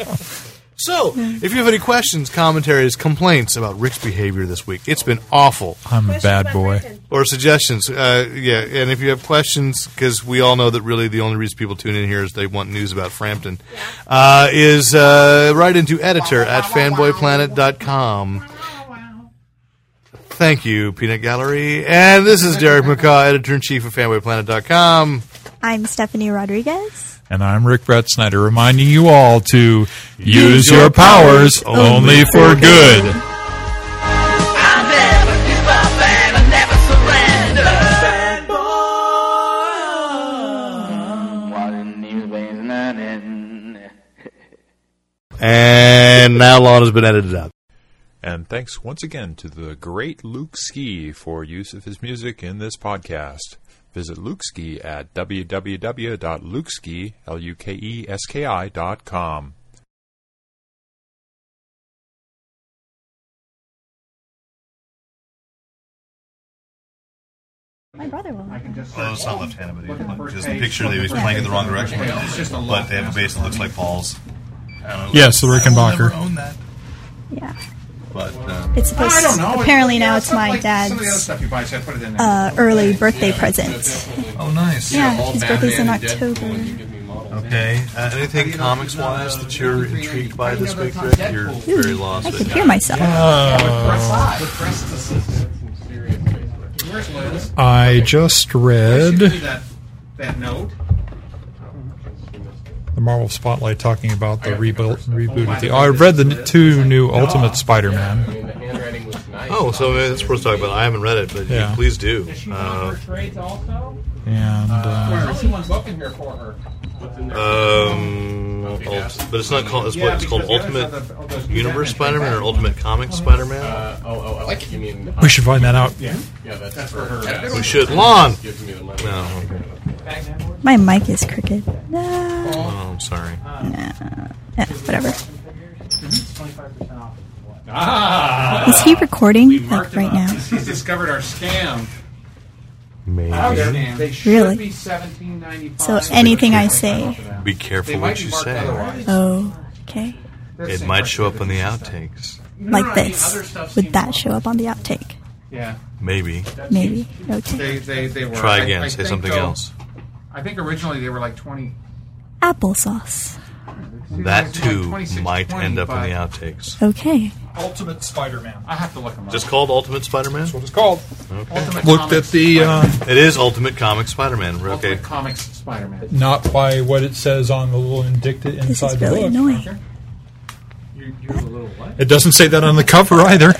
D: <laughs>
C: Um, so, if you have any questions, commentaries, complaints about Rick's behavior this week, it's been awful.
B: I'm a bad boy.
C: Or suggestions, uh, yeah. And if you have questions, because we all know that really the only reason people tune in here is they want news about Frampton, uh, is uh, write into editor at fanboyplanet.com. Thank you, Peanut Gallery. And this is Derek McCaw, editor in chief of fanboyplanet.com.
D: I'm Stephanie Rodriguez.
B: And I'm Rick Brett Snyder reminding you all to use
C: your
B: your powers
C: powers
B: only for good.
A: I never give up and I never surrender. Fanboy.
G: One is when an end.
C: And now Lon has been edited out.
H: And thanks once again to the great Luke Ski for use of his music in this podcast. Visit Luke Ski at www.lukeski, E L-U-K-E-S-K-I dot com.
D: My brother will.
C: Oh, it's not left-handed, but he's like- just the picture they was playing in the wrong direction. But they have a base that looks like balls.
B: Yes, the Rickenbacker.
C: I will never own that.
D: Yeah.
C: But uh,
D: It's supposed
I: I don't know.
D: Apparently
I: Yeah,
D: now it's
I: stuff
D: my
I: like Some of the other
D: dad's
I: stuff you buy, so I put it in there.
D: uh, early birthday present.
C: oh, nice.
D: Yeah, his birthday's in October.
C: Okay. Uh, anything comics-wise that you're intrigued by this week, Rick? You're very lost.
D: I
C: but-
D: could hear myself.
I: Where's Liz?
B: I just read
I: Should we do
B: the
I: that, that note.
B: Marvel Spotlight talking about the rebuild, reboot of the. Oh, I read the n- two new Ultimate Spider-Man.
C: Oh, so uh, that's worth talking about. I haven't read it, but
B: Yeah.
C: you please do. Uh,
B: And uh,
I: Someone's booking here for her.
C: um, ult- but it's not called. It's what it's Uh, called. Ultimate
I: oh,
C: Universe Spider-Man or Ultimate Comics Spider-Man?
B: we should find that out.
C: we should. Lon. No.
D: My mic is crooked. No.
C: Oh, I'm sorry.
D: Yeah, whatever.
I: Mm-hmm.
D: Is
I: Ah.
D: he recording like right now?
I: He's discovered our scam.
C: Maybe.
I: They should
D: Really?
I: be seventeen ninety
D: So
I: five.
D: anything I say.
C: Be careful what you say.
D: Oh, okay.
C: It might show up on the outtakes.
D: Like this. Would that show up on the outtake?
I: Yeah.
C: Maybe.
D: Maybe. Okay.
I: They, they, they were.
C: Try
I: I-
C: again.
I: I
C: Say
I: think,
C: something
I: though,
C: else.
I: I think originally they were like 20.
D: Applesauce.
C: That too
I: like
C: might end up on the
I: 26,
C: outtakes.
D: Okay.
B: Ultimate Spider-Man.
I: I have to look them up.
C: Just called Ultimate Spider-Man.
B: What it's called.
I: Ultimate
B: Looked at
I: Comics
B: the uh,
I: Spider-Man.
C: It is Ultimate Comics Spider-Man. Okay.
I: Ultimate Comics Spider-Man.
B: not by what it says on the little indicta inside
D: This is
B: the
D: really
B: book.
D: annoying.
I: You, you're a little what?
B: It doesn't say that on the
D: <laughs>
B: cover either.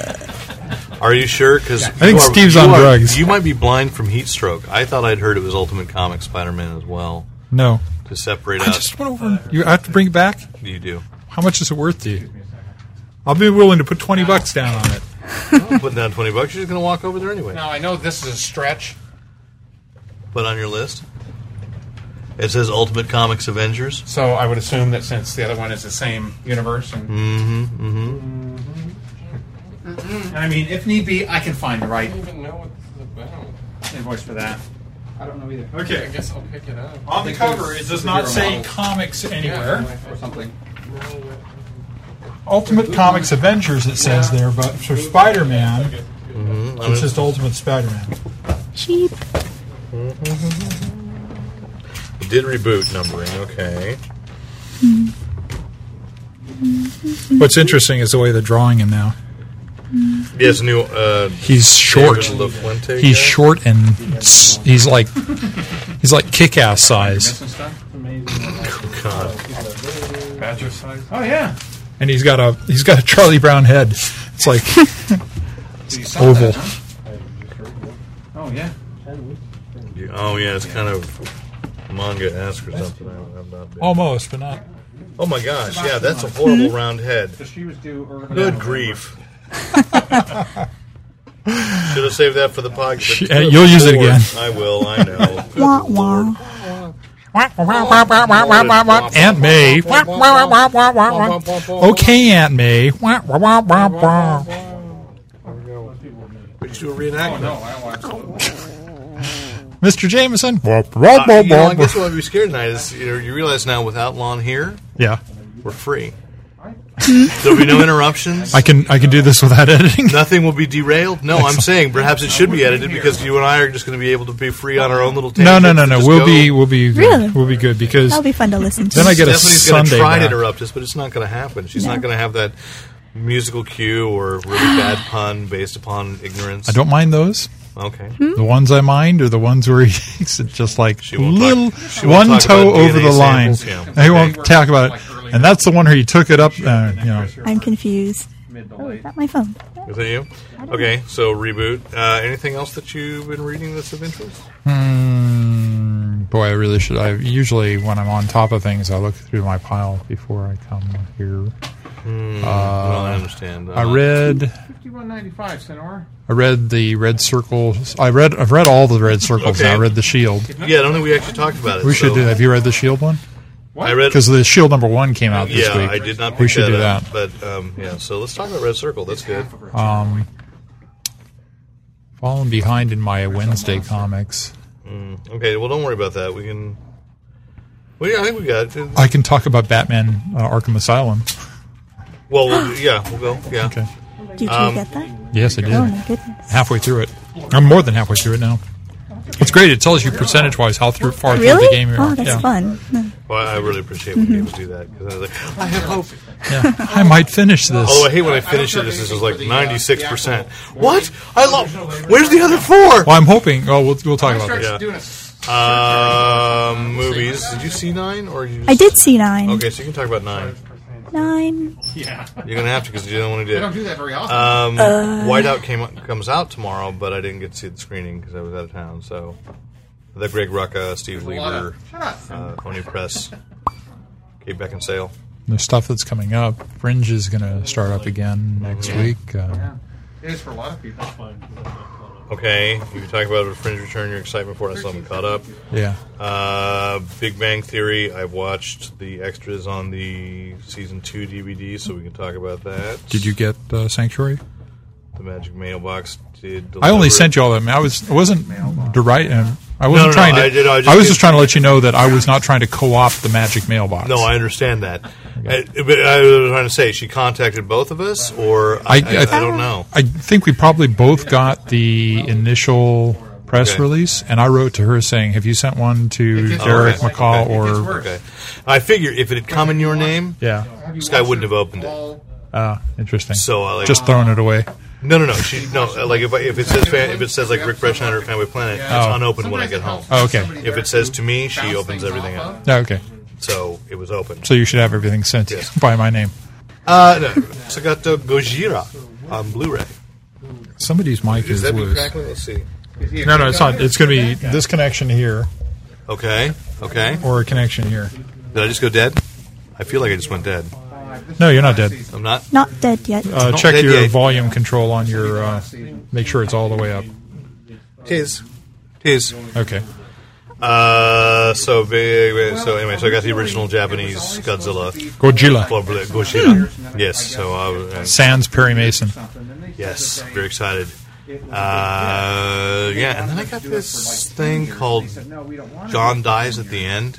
C: Are you sure? Because I
B: think Steve's on drugs.
C: You might be blind from heat stroke. I thought I'd heard it was Ultimate Comics Spider-Man as well
B: No,
C: to separate
B: I
C: out.
B: just went over. and- You have to bring it back.
C: you do.
B: How much is it worth to you? I'll be willing to put twenty bucks down on it.
C: Putting down twenty bucks, you're just gonna walk over there anyway.
I: Now I know this is a stretch.
C: Put on your list. It says Ultimate Comics Avengers.
I: So I would assume that since the other one is the same universe, and
B: Mm-hmm,
I: And I mean, if need be, I can find the right
J: even know what this is about.
I: invoice for that. I don't know either.
J: I
B: Okay.
J: guess I'll pick it up.
B: On the cover, it does not say comics anywhere.
I: Or something.
B: Ultimate Comics Avengers, it says there, but for Spider Man,
J: Mm-hmm.
B: it's just Ultimate Spider Man.
D: Cheap.
C: It did reboot numbering. Okay.
B: What's interesting is the way they're drawing him now.
C: Yes, new. Uh,
B: He's short.
C: David LaFuente
B: He's
C: guy?
B: short and s- he's like he's like kick ass size,
I: Missing stuff.
C: God.
F: Badger size.
I: Oh yeah.
B: and he's got a he's got a Charlie Brown head. It's like
I: You saw
B: oval.
I: that, huh? Oh yeah.
C: You- Oh yeah, it's kind of manga esque or something. I- I'm not big.
B: Almost, but not.
C: Oh my gosh, yeah, that's a horrible round head.
I: So she was due. early
C: Good
I: on.
B: <laughs>
C: grief. Should have saved that for the podcast.
B: Yeah, you'll use it again.
C: I will, I
D: <laughs>
C: know. Good
D: Wah
C: Lord.
D: wah.
C: Oh,
B: Aunt May. Okay, Aunt May.
C: We should do a reenactment.
I: No, I watched. it.
B: Mr. Jameson.
C: Uh, you know, I guess what we be scared tonight is you, know, you realize now without Lon here,
B: Yeah,
C: we're
D: <laughs>
C: free. There'll be no interruptions.
B: I can I can do this without <laughs> editing.
C: Nothing will be derailed. No, I'm saying perhaps it should be edited because you and I are just going to be able to be free on our own little.
B: No, no,
C: tangents
B: no,
C: and
B: no.
C: just
B: We'll
C: go.
B: be we'll be good.
D: Really?
B: we'll be good because
D: That'll be fun to listen to.
B: Then I get a
C: Stephanie's going to
B: Sunday
C: try to
B: back.
C: interrupt us, but it's not going to happen. She's
D: No.
C: not going to have that musical cue or really bad pun based upon ignorance?
B: I don't mind those.
C: Okay.
B: The ones I mind are the ones where he's just like
C: won't
B: little
C: talk- she won't
B: one
C: talk
B: toe
C: about
B: over
C: DNA
B: the line.
C: samples, yeah.
B: He won't talk about it. And that's the one where he took it up. Uh, you know,
D: I'm confused. Oh, is that my phone?
C: Is that you? Okay, so reboot. Uh, anything else that you've been reading that's of interest?
B: Hmm, boy, I really should. I usually when I'm on top of things, I look through my pile before I come here.
C: Hmm,
B: Uh,
C: well, I understand.
B: I
C: Uh,
B: read.
I: 5195, Senor.
B: I read the Red Circle. I read. I've read all the Red Circles.
C: Okay.
B: Now. I read the Shield.
C: Yeah, I don't think we actually talked about it.
B: We should
C: so-
B: do. Have you read the Shield one?
C: I read.
B: Because the Shield number one came out this
C: yeah,
B: week.
C: I did not. Pick
B: We should do
C: up,
B: that.
C: But um, yeah, so let's talk about Red Circle. That's good.
B: Um, falling behind in my Wednesday comics.
C: Mm, okay, well, don't worry about that. We can. Well, yeah, I think we got. It.
B: I can talk about Batman uh, Arkham Asylum.
C: Well, we'll yeah, we'll go. Yeah.
B: Okay.
D: Did you
C: Um,
D: get that?
B: Yes, I did.
D: Oh my goodness.
B: halfway through it. I'm more than halfway through it now. It's great. It tells you percentage wise how through, far through the
D: Really?
B: game you are.
D: Oh, that's
B: yeah.
D: fun. No.
C: Well, I really appreciate when games do that because I was like, I have hope.
B: Yeah. I might finish this.
C: Although I hate when I finish it, this is like ninety six percent. What? I love. Where's the other four?
B: Well, I'm hoping. Oh, we'll, we'll talk about that.
C: Yeah.
I: Doing a s-
C: Uh, movies. Did you see nine or you? Just...
D: I did see nine.
C: Okay, so you can talk about nine.
D: Nine.
I: yeah.
C: You're gonna have to because you don't want to
I: I don't
C: do
I: do
C: it.
I: that very
C: Um,
I: often.
D: Uh,
C: Whiteout came comes out tomorrow, but I didn't get to see the screening because I was out of town. So the Greg Rucka, Steve
I: A lot
C: Lieber,
I: of- Shut up.
C: uh, Oni Press, Kate Beckinsale.
B: The stuff that's coming up. Fringe is going to start up again next week. Uh,
I: It is for a lot of people.
C: Okay, you can talk about a Fringe Return, your excitement for it. I still haven't caught up.
B: yeah.
C: Uh, Big Bang Theory. I've watched the extras on the season two DVD, so we can talk about that.
B: Did you get uh, Sanctuary?
C: The Magic Mailbox did.
B: I only
C: deliver-
B: sent you all that. I was I wasn't deriding. I
C: No, no,
B: wasn't
C: no,
B: trying to.
C: I did- I
B: I,
C: just
B: was
C: did-
B: just trying to let you know that I was not trying to co-opt the magic mailbox.
C: No, I understand that. I, but I was trying to say she contacted both of us, or I, I,
B: I- I-
C: I don't know.
B: I think we probably both got the initial press
C: Okay.
B: release, and I wrote to her saying, "Have you sent one to Derek
C: okay.
B: McCall
C: Okay.
I: It's
B: or
I: worse.
C: Okay, I figure if it had come in your name,
B: yeah?"
I: Have you
C: This guy
I: watched
C: wouldn't
I: the
C: have opened it.
I: whole-
B: Uh, interesting.
C: so uh, I like
B: Just throwing it away.
C: no, no, no. She no uh, like if, I, if it says fan, if it says like Rick Freshener or Family Planet,
B: Oh.
C: it's unopened when I
I: Sometimes
C: get
I: it
C: home.
I: helps
B: Oh, okay.
I: somebody
C: If
I: there
C: it says
I: to
C: to me, she
I: bounce
C: opens
I: things
C: everything
I: off
C: up.
I: of.
B: Yeah, okay.
C: So it was open.
B: So you should have everything sent to you
C: Yes.
B: <laughs> by my name.
C: Uh, no, Sagato Gojira on Blu-ray.
B: Somebody's mic
C: Is
B: is,
C: that
B: loose.
C: exactly? Let's see.
B: No, no, it's not. It's going to be this connection here
C: Okay. Okay.
B: or a connection here.
C: Did I just go dead? I feel like I just went dead.
B: No, you're not dead.
C: I'm not.
D: Not dead yet.
B: Uh,
C: not
B: check
C: dead
B: your
C: yet.
B: volume control on your. Uh, make sure it's all the way up.
C: Tis. Tis.
B: Okay.
C: Uh, so big. So anyway, so I got the original Japanese Godzilla.
B: Godzilla. Hmm.
C: Well, Blu- Gojira. Yes. So uh,
B: Sans Perry Mason.
C: yes, very excited. Uh, yeah, and then I got this thing called John dies at the end.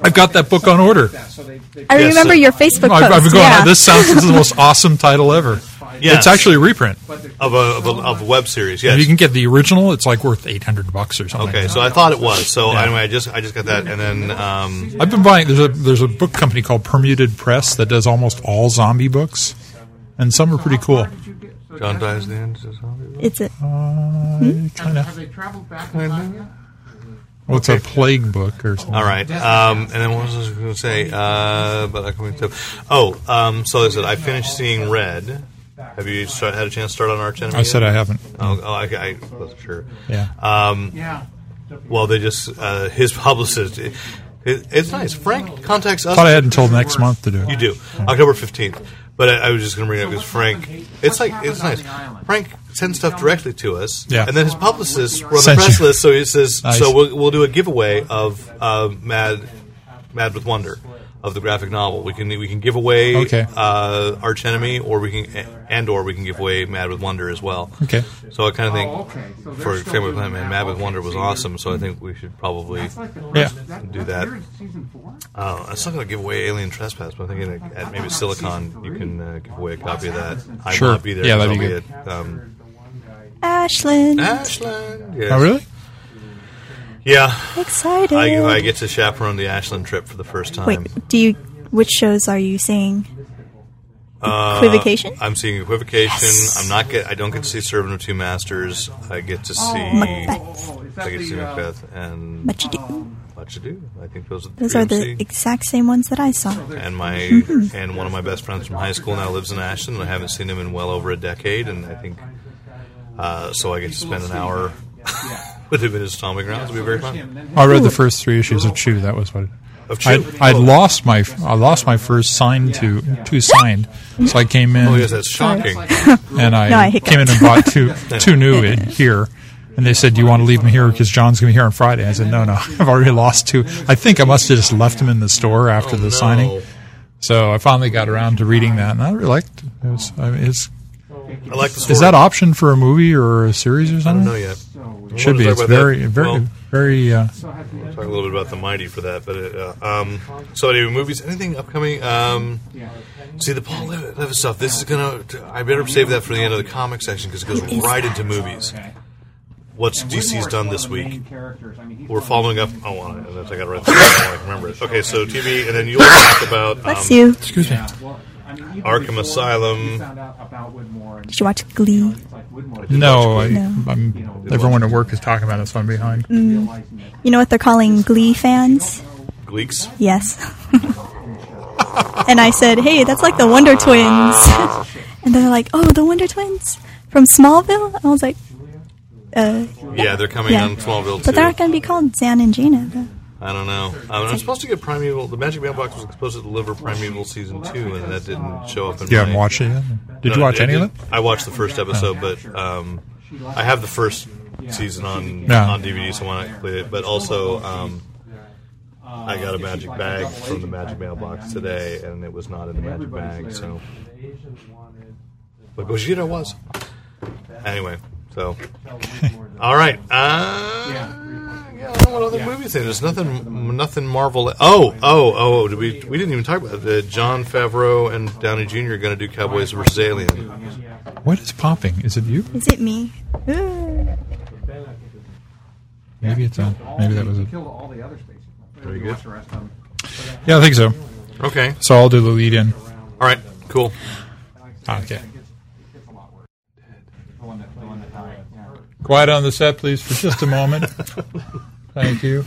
B: I've got that book on order.
D: I
C: Yes,
D: remember
C: uh,
D: your Facebook
B: I've, I've
D: post.
B: been going,
D: yeah.
B: this sounds this is the most awesome title ever.
C: Yes.
B: It's actually a reprint.
C: of a of a, of a web series. Yes.
B: If you can get the original, it's like worth 800 bucks or something.
C: Okay, so I thought it was. So anyway, I just I just got that, and then um,
B: I've been buying. There's a there's a book company called Permuted Press that does almost all zombie books, and some are pretty cool.
C: John dies at the end. is this how it was?
D: It's a
B: Uh, Kind of.
I: They traveled back in time yet?
B: Well, it's a plague book or something.
C: All right, um, and then what was I going to say? Uh, but I can mix up. Oh, um, so I said I finished seeing Red. Have you start, had a chance to start on Arch Enemy?
B: I said I
C: yet?
B: haven't.
C: Oh, oh I, I wasn't sure.
B: Yeah.
C: Um,
I: Yeah.
C: well, they just uh, his <laughs> publicist. It, it, it's nice. Frank contacts us.
B: Thought I had until next month to do it.
C: You do October fifteenth. But I, I was just going to bring it up because Frank, it's like it's nice. Frank sends stuff directly to us,
B: Yeah.
C: and then his publicist were on the
B: Sent
C: press
B: you.
C: list, so he says,
B: Nice.
C: "So we'll, we'll do a giveaway of uh, Mad, Mad with Wonder." Of the graphic novel, we can we can give away
B: Okay.
C: uh, Arch Enemy, or we can and or we can give away Mad with Wonder as well.
B: Okay.
C: So I kind of think
I: Oh, okay. So they're
C: for
I: still
C: Family
I: doing
C: Planet, Man,
I: that.
C: Mad with
I: Okay,
C: Wonder was
I: so you're-
C: awesome. So I think we should probably
B: Yeah.
C: do that. Uh, I'm still going to give away Alien Trespass, but I'm thinking at- at maybe Silicon you can uh, give away a copy of that. I
B: Sure.
C: will not be there.
B: Yeah, that'd
C: I'll
B: be good.
C: At, um,
D: Ashland.
C: Ah. Ashland. Yes.
B: Oh, really?
C: Yeah.
D: Excited.
C: I, I get um, to chaperone the Ashland trip for the first time.
D: Wait, do you? Which shows are you seeing?
C: Uh,
D: Equivocation?
C: I'm seeing equivocation. I'm not get. I don't get to see Servant of Two Masters. I get to see
D: Oh, Macbeth.
C: I get to see
B: uh,
C: Macbeth and
D: Much Ado.
C: Much Ado. I think those are the
D: Those
C: three
D: are
C: I'm
D: the
C: seeing.
D: exact same ones that I saw.
C: and my
D: Mhm.
C: and one of my best friends from high school now lives in Ashland. And I haven't seen him in well over a decade, and I think uh, so. I get to spend an hour <laughs> with him in his stomping grounds. It'll be very fun.
B: I read the first three issues of Chew. That was what.
C: Of Chew?
B: I I lost my I lost my first signed to two signed, so I came in.
C: Oh, yes,
B: <laughs>
C: that's shocking.
B: And I,
D: No, I hate
B: came in and
D: that.
B: bought two
C: <laughs>
B: two new in here, and they said, "Do you want to leave them here because John's going to be here on Friday?" I said, "No, <laughs> no, I've already lost two. I think I must have just left them in the store
C: Oh,
B: after the signing." So I finally got around to reading that, and I really liked. It. It was, I mean, it's
C: I like the story.
B: is that option for a movie or a series or
C: I don't
B: something?
C: know yet.
B: It should be.
C: We'll
B: It's
C: talk about
B: very,
C: that.
B: very,
C: Well,
B: very. Uh,
C: We'll talk a little bit about the mighty for that, but it, uh, um, so anyway, movies, anything upcoming? Um, see the Paul Lev- Levitt stuff. This is gonna. I better save that for the end of the comic section because it goes right into movies. What's DC's done this week? We're following up. Oh, on it. I got right there. I can remember it. Okay, so TV, and then you'll talk about
D: Bless
C: um,
D: you.
B: excuse me.
C: Arkham Asylum.
D: Did you watch Glee?
B: No, I,
D: No.
B: I'm, everyone at work is talking about it, so I'm behind.
D: You know what they're calling Glee fans?
C: Gleeks.
D: Yes. and I said, hey, that's like the Wonder Twins. <laughs> and they're like, oh, the Wonder Twins from Smallville? I was like, uh,
C: Yeah, they're coming
D: Yeah.
C: on Smallville too.
D: but they're not going to be called Zan and Gina. though.
C: I don't know. I mean, I'm supposed to get Primeval. The Magic Mailbox was supposed to deliver Primeval season two, and that didn't show up. in
B: You haven't
C: my-
B: watched it yet? Did you
C: No,
B: watch
C: I
B: any of it?
C: didn't. I watched the first episode, but um, I have the first season on
B: Yeah.
C: on DVD, so why not complete it? But also, um,
B: Uh,
C: I got a magic bag from the magic mailbox today, and it was not in the magic bag. So, but Gogeta was. Anyway, so
B: <laughs>
C: all right. Uh, yeah, I don't know what other movies there. There's nothing, nothing Marvel. Oh, oh, oh! Did we we didn't even talk about it. Uh, John Favreau and Downey Jr. are going to do Cowboys versus Alien.
B: What is popping? Is it you?
D: Is it me? Ooh.
B: Maybe it's on. Maybe that was it.
C: Very good.
B: Yeah, I think so.
C: Okay.
B: So I'll do the lead in.
C: All right. Cool.
B: Okay. Quiet on the set, please, for just a <laughs> moment. Thank you.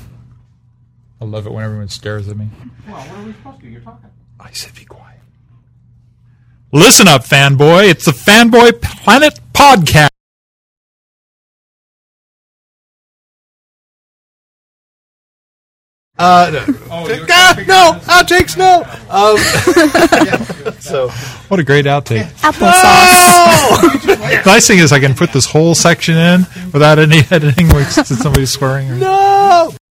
B: I love it when everyone stares at me. I said be quiet. Listen up, fanboy. It's the Fanboy Planet Podcast.
C: Uh, <laughs> no. God, no, outtakes, no. <laughs> Um, <laughs> so,
B: What a great outtake.
D: Applesauce.
C: Oh.
B: The nice <laughs> thing is I can put this whole section in without any editing, which is somebody swearing. Or
C: no.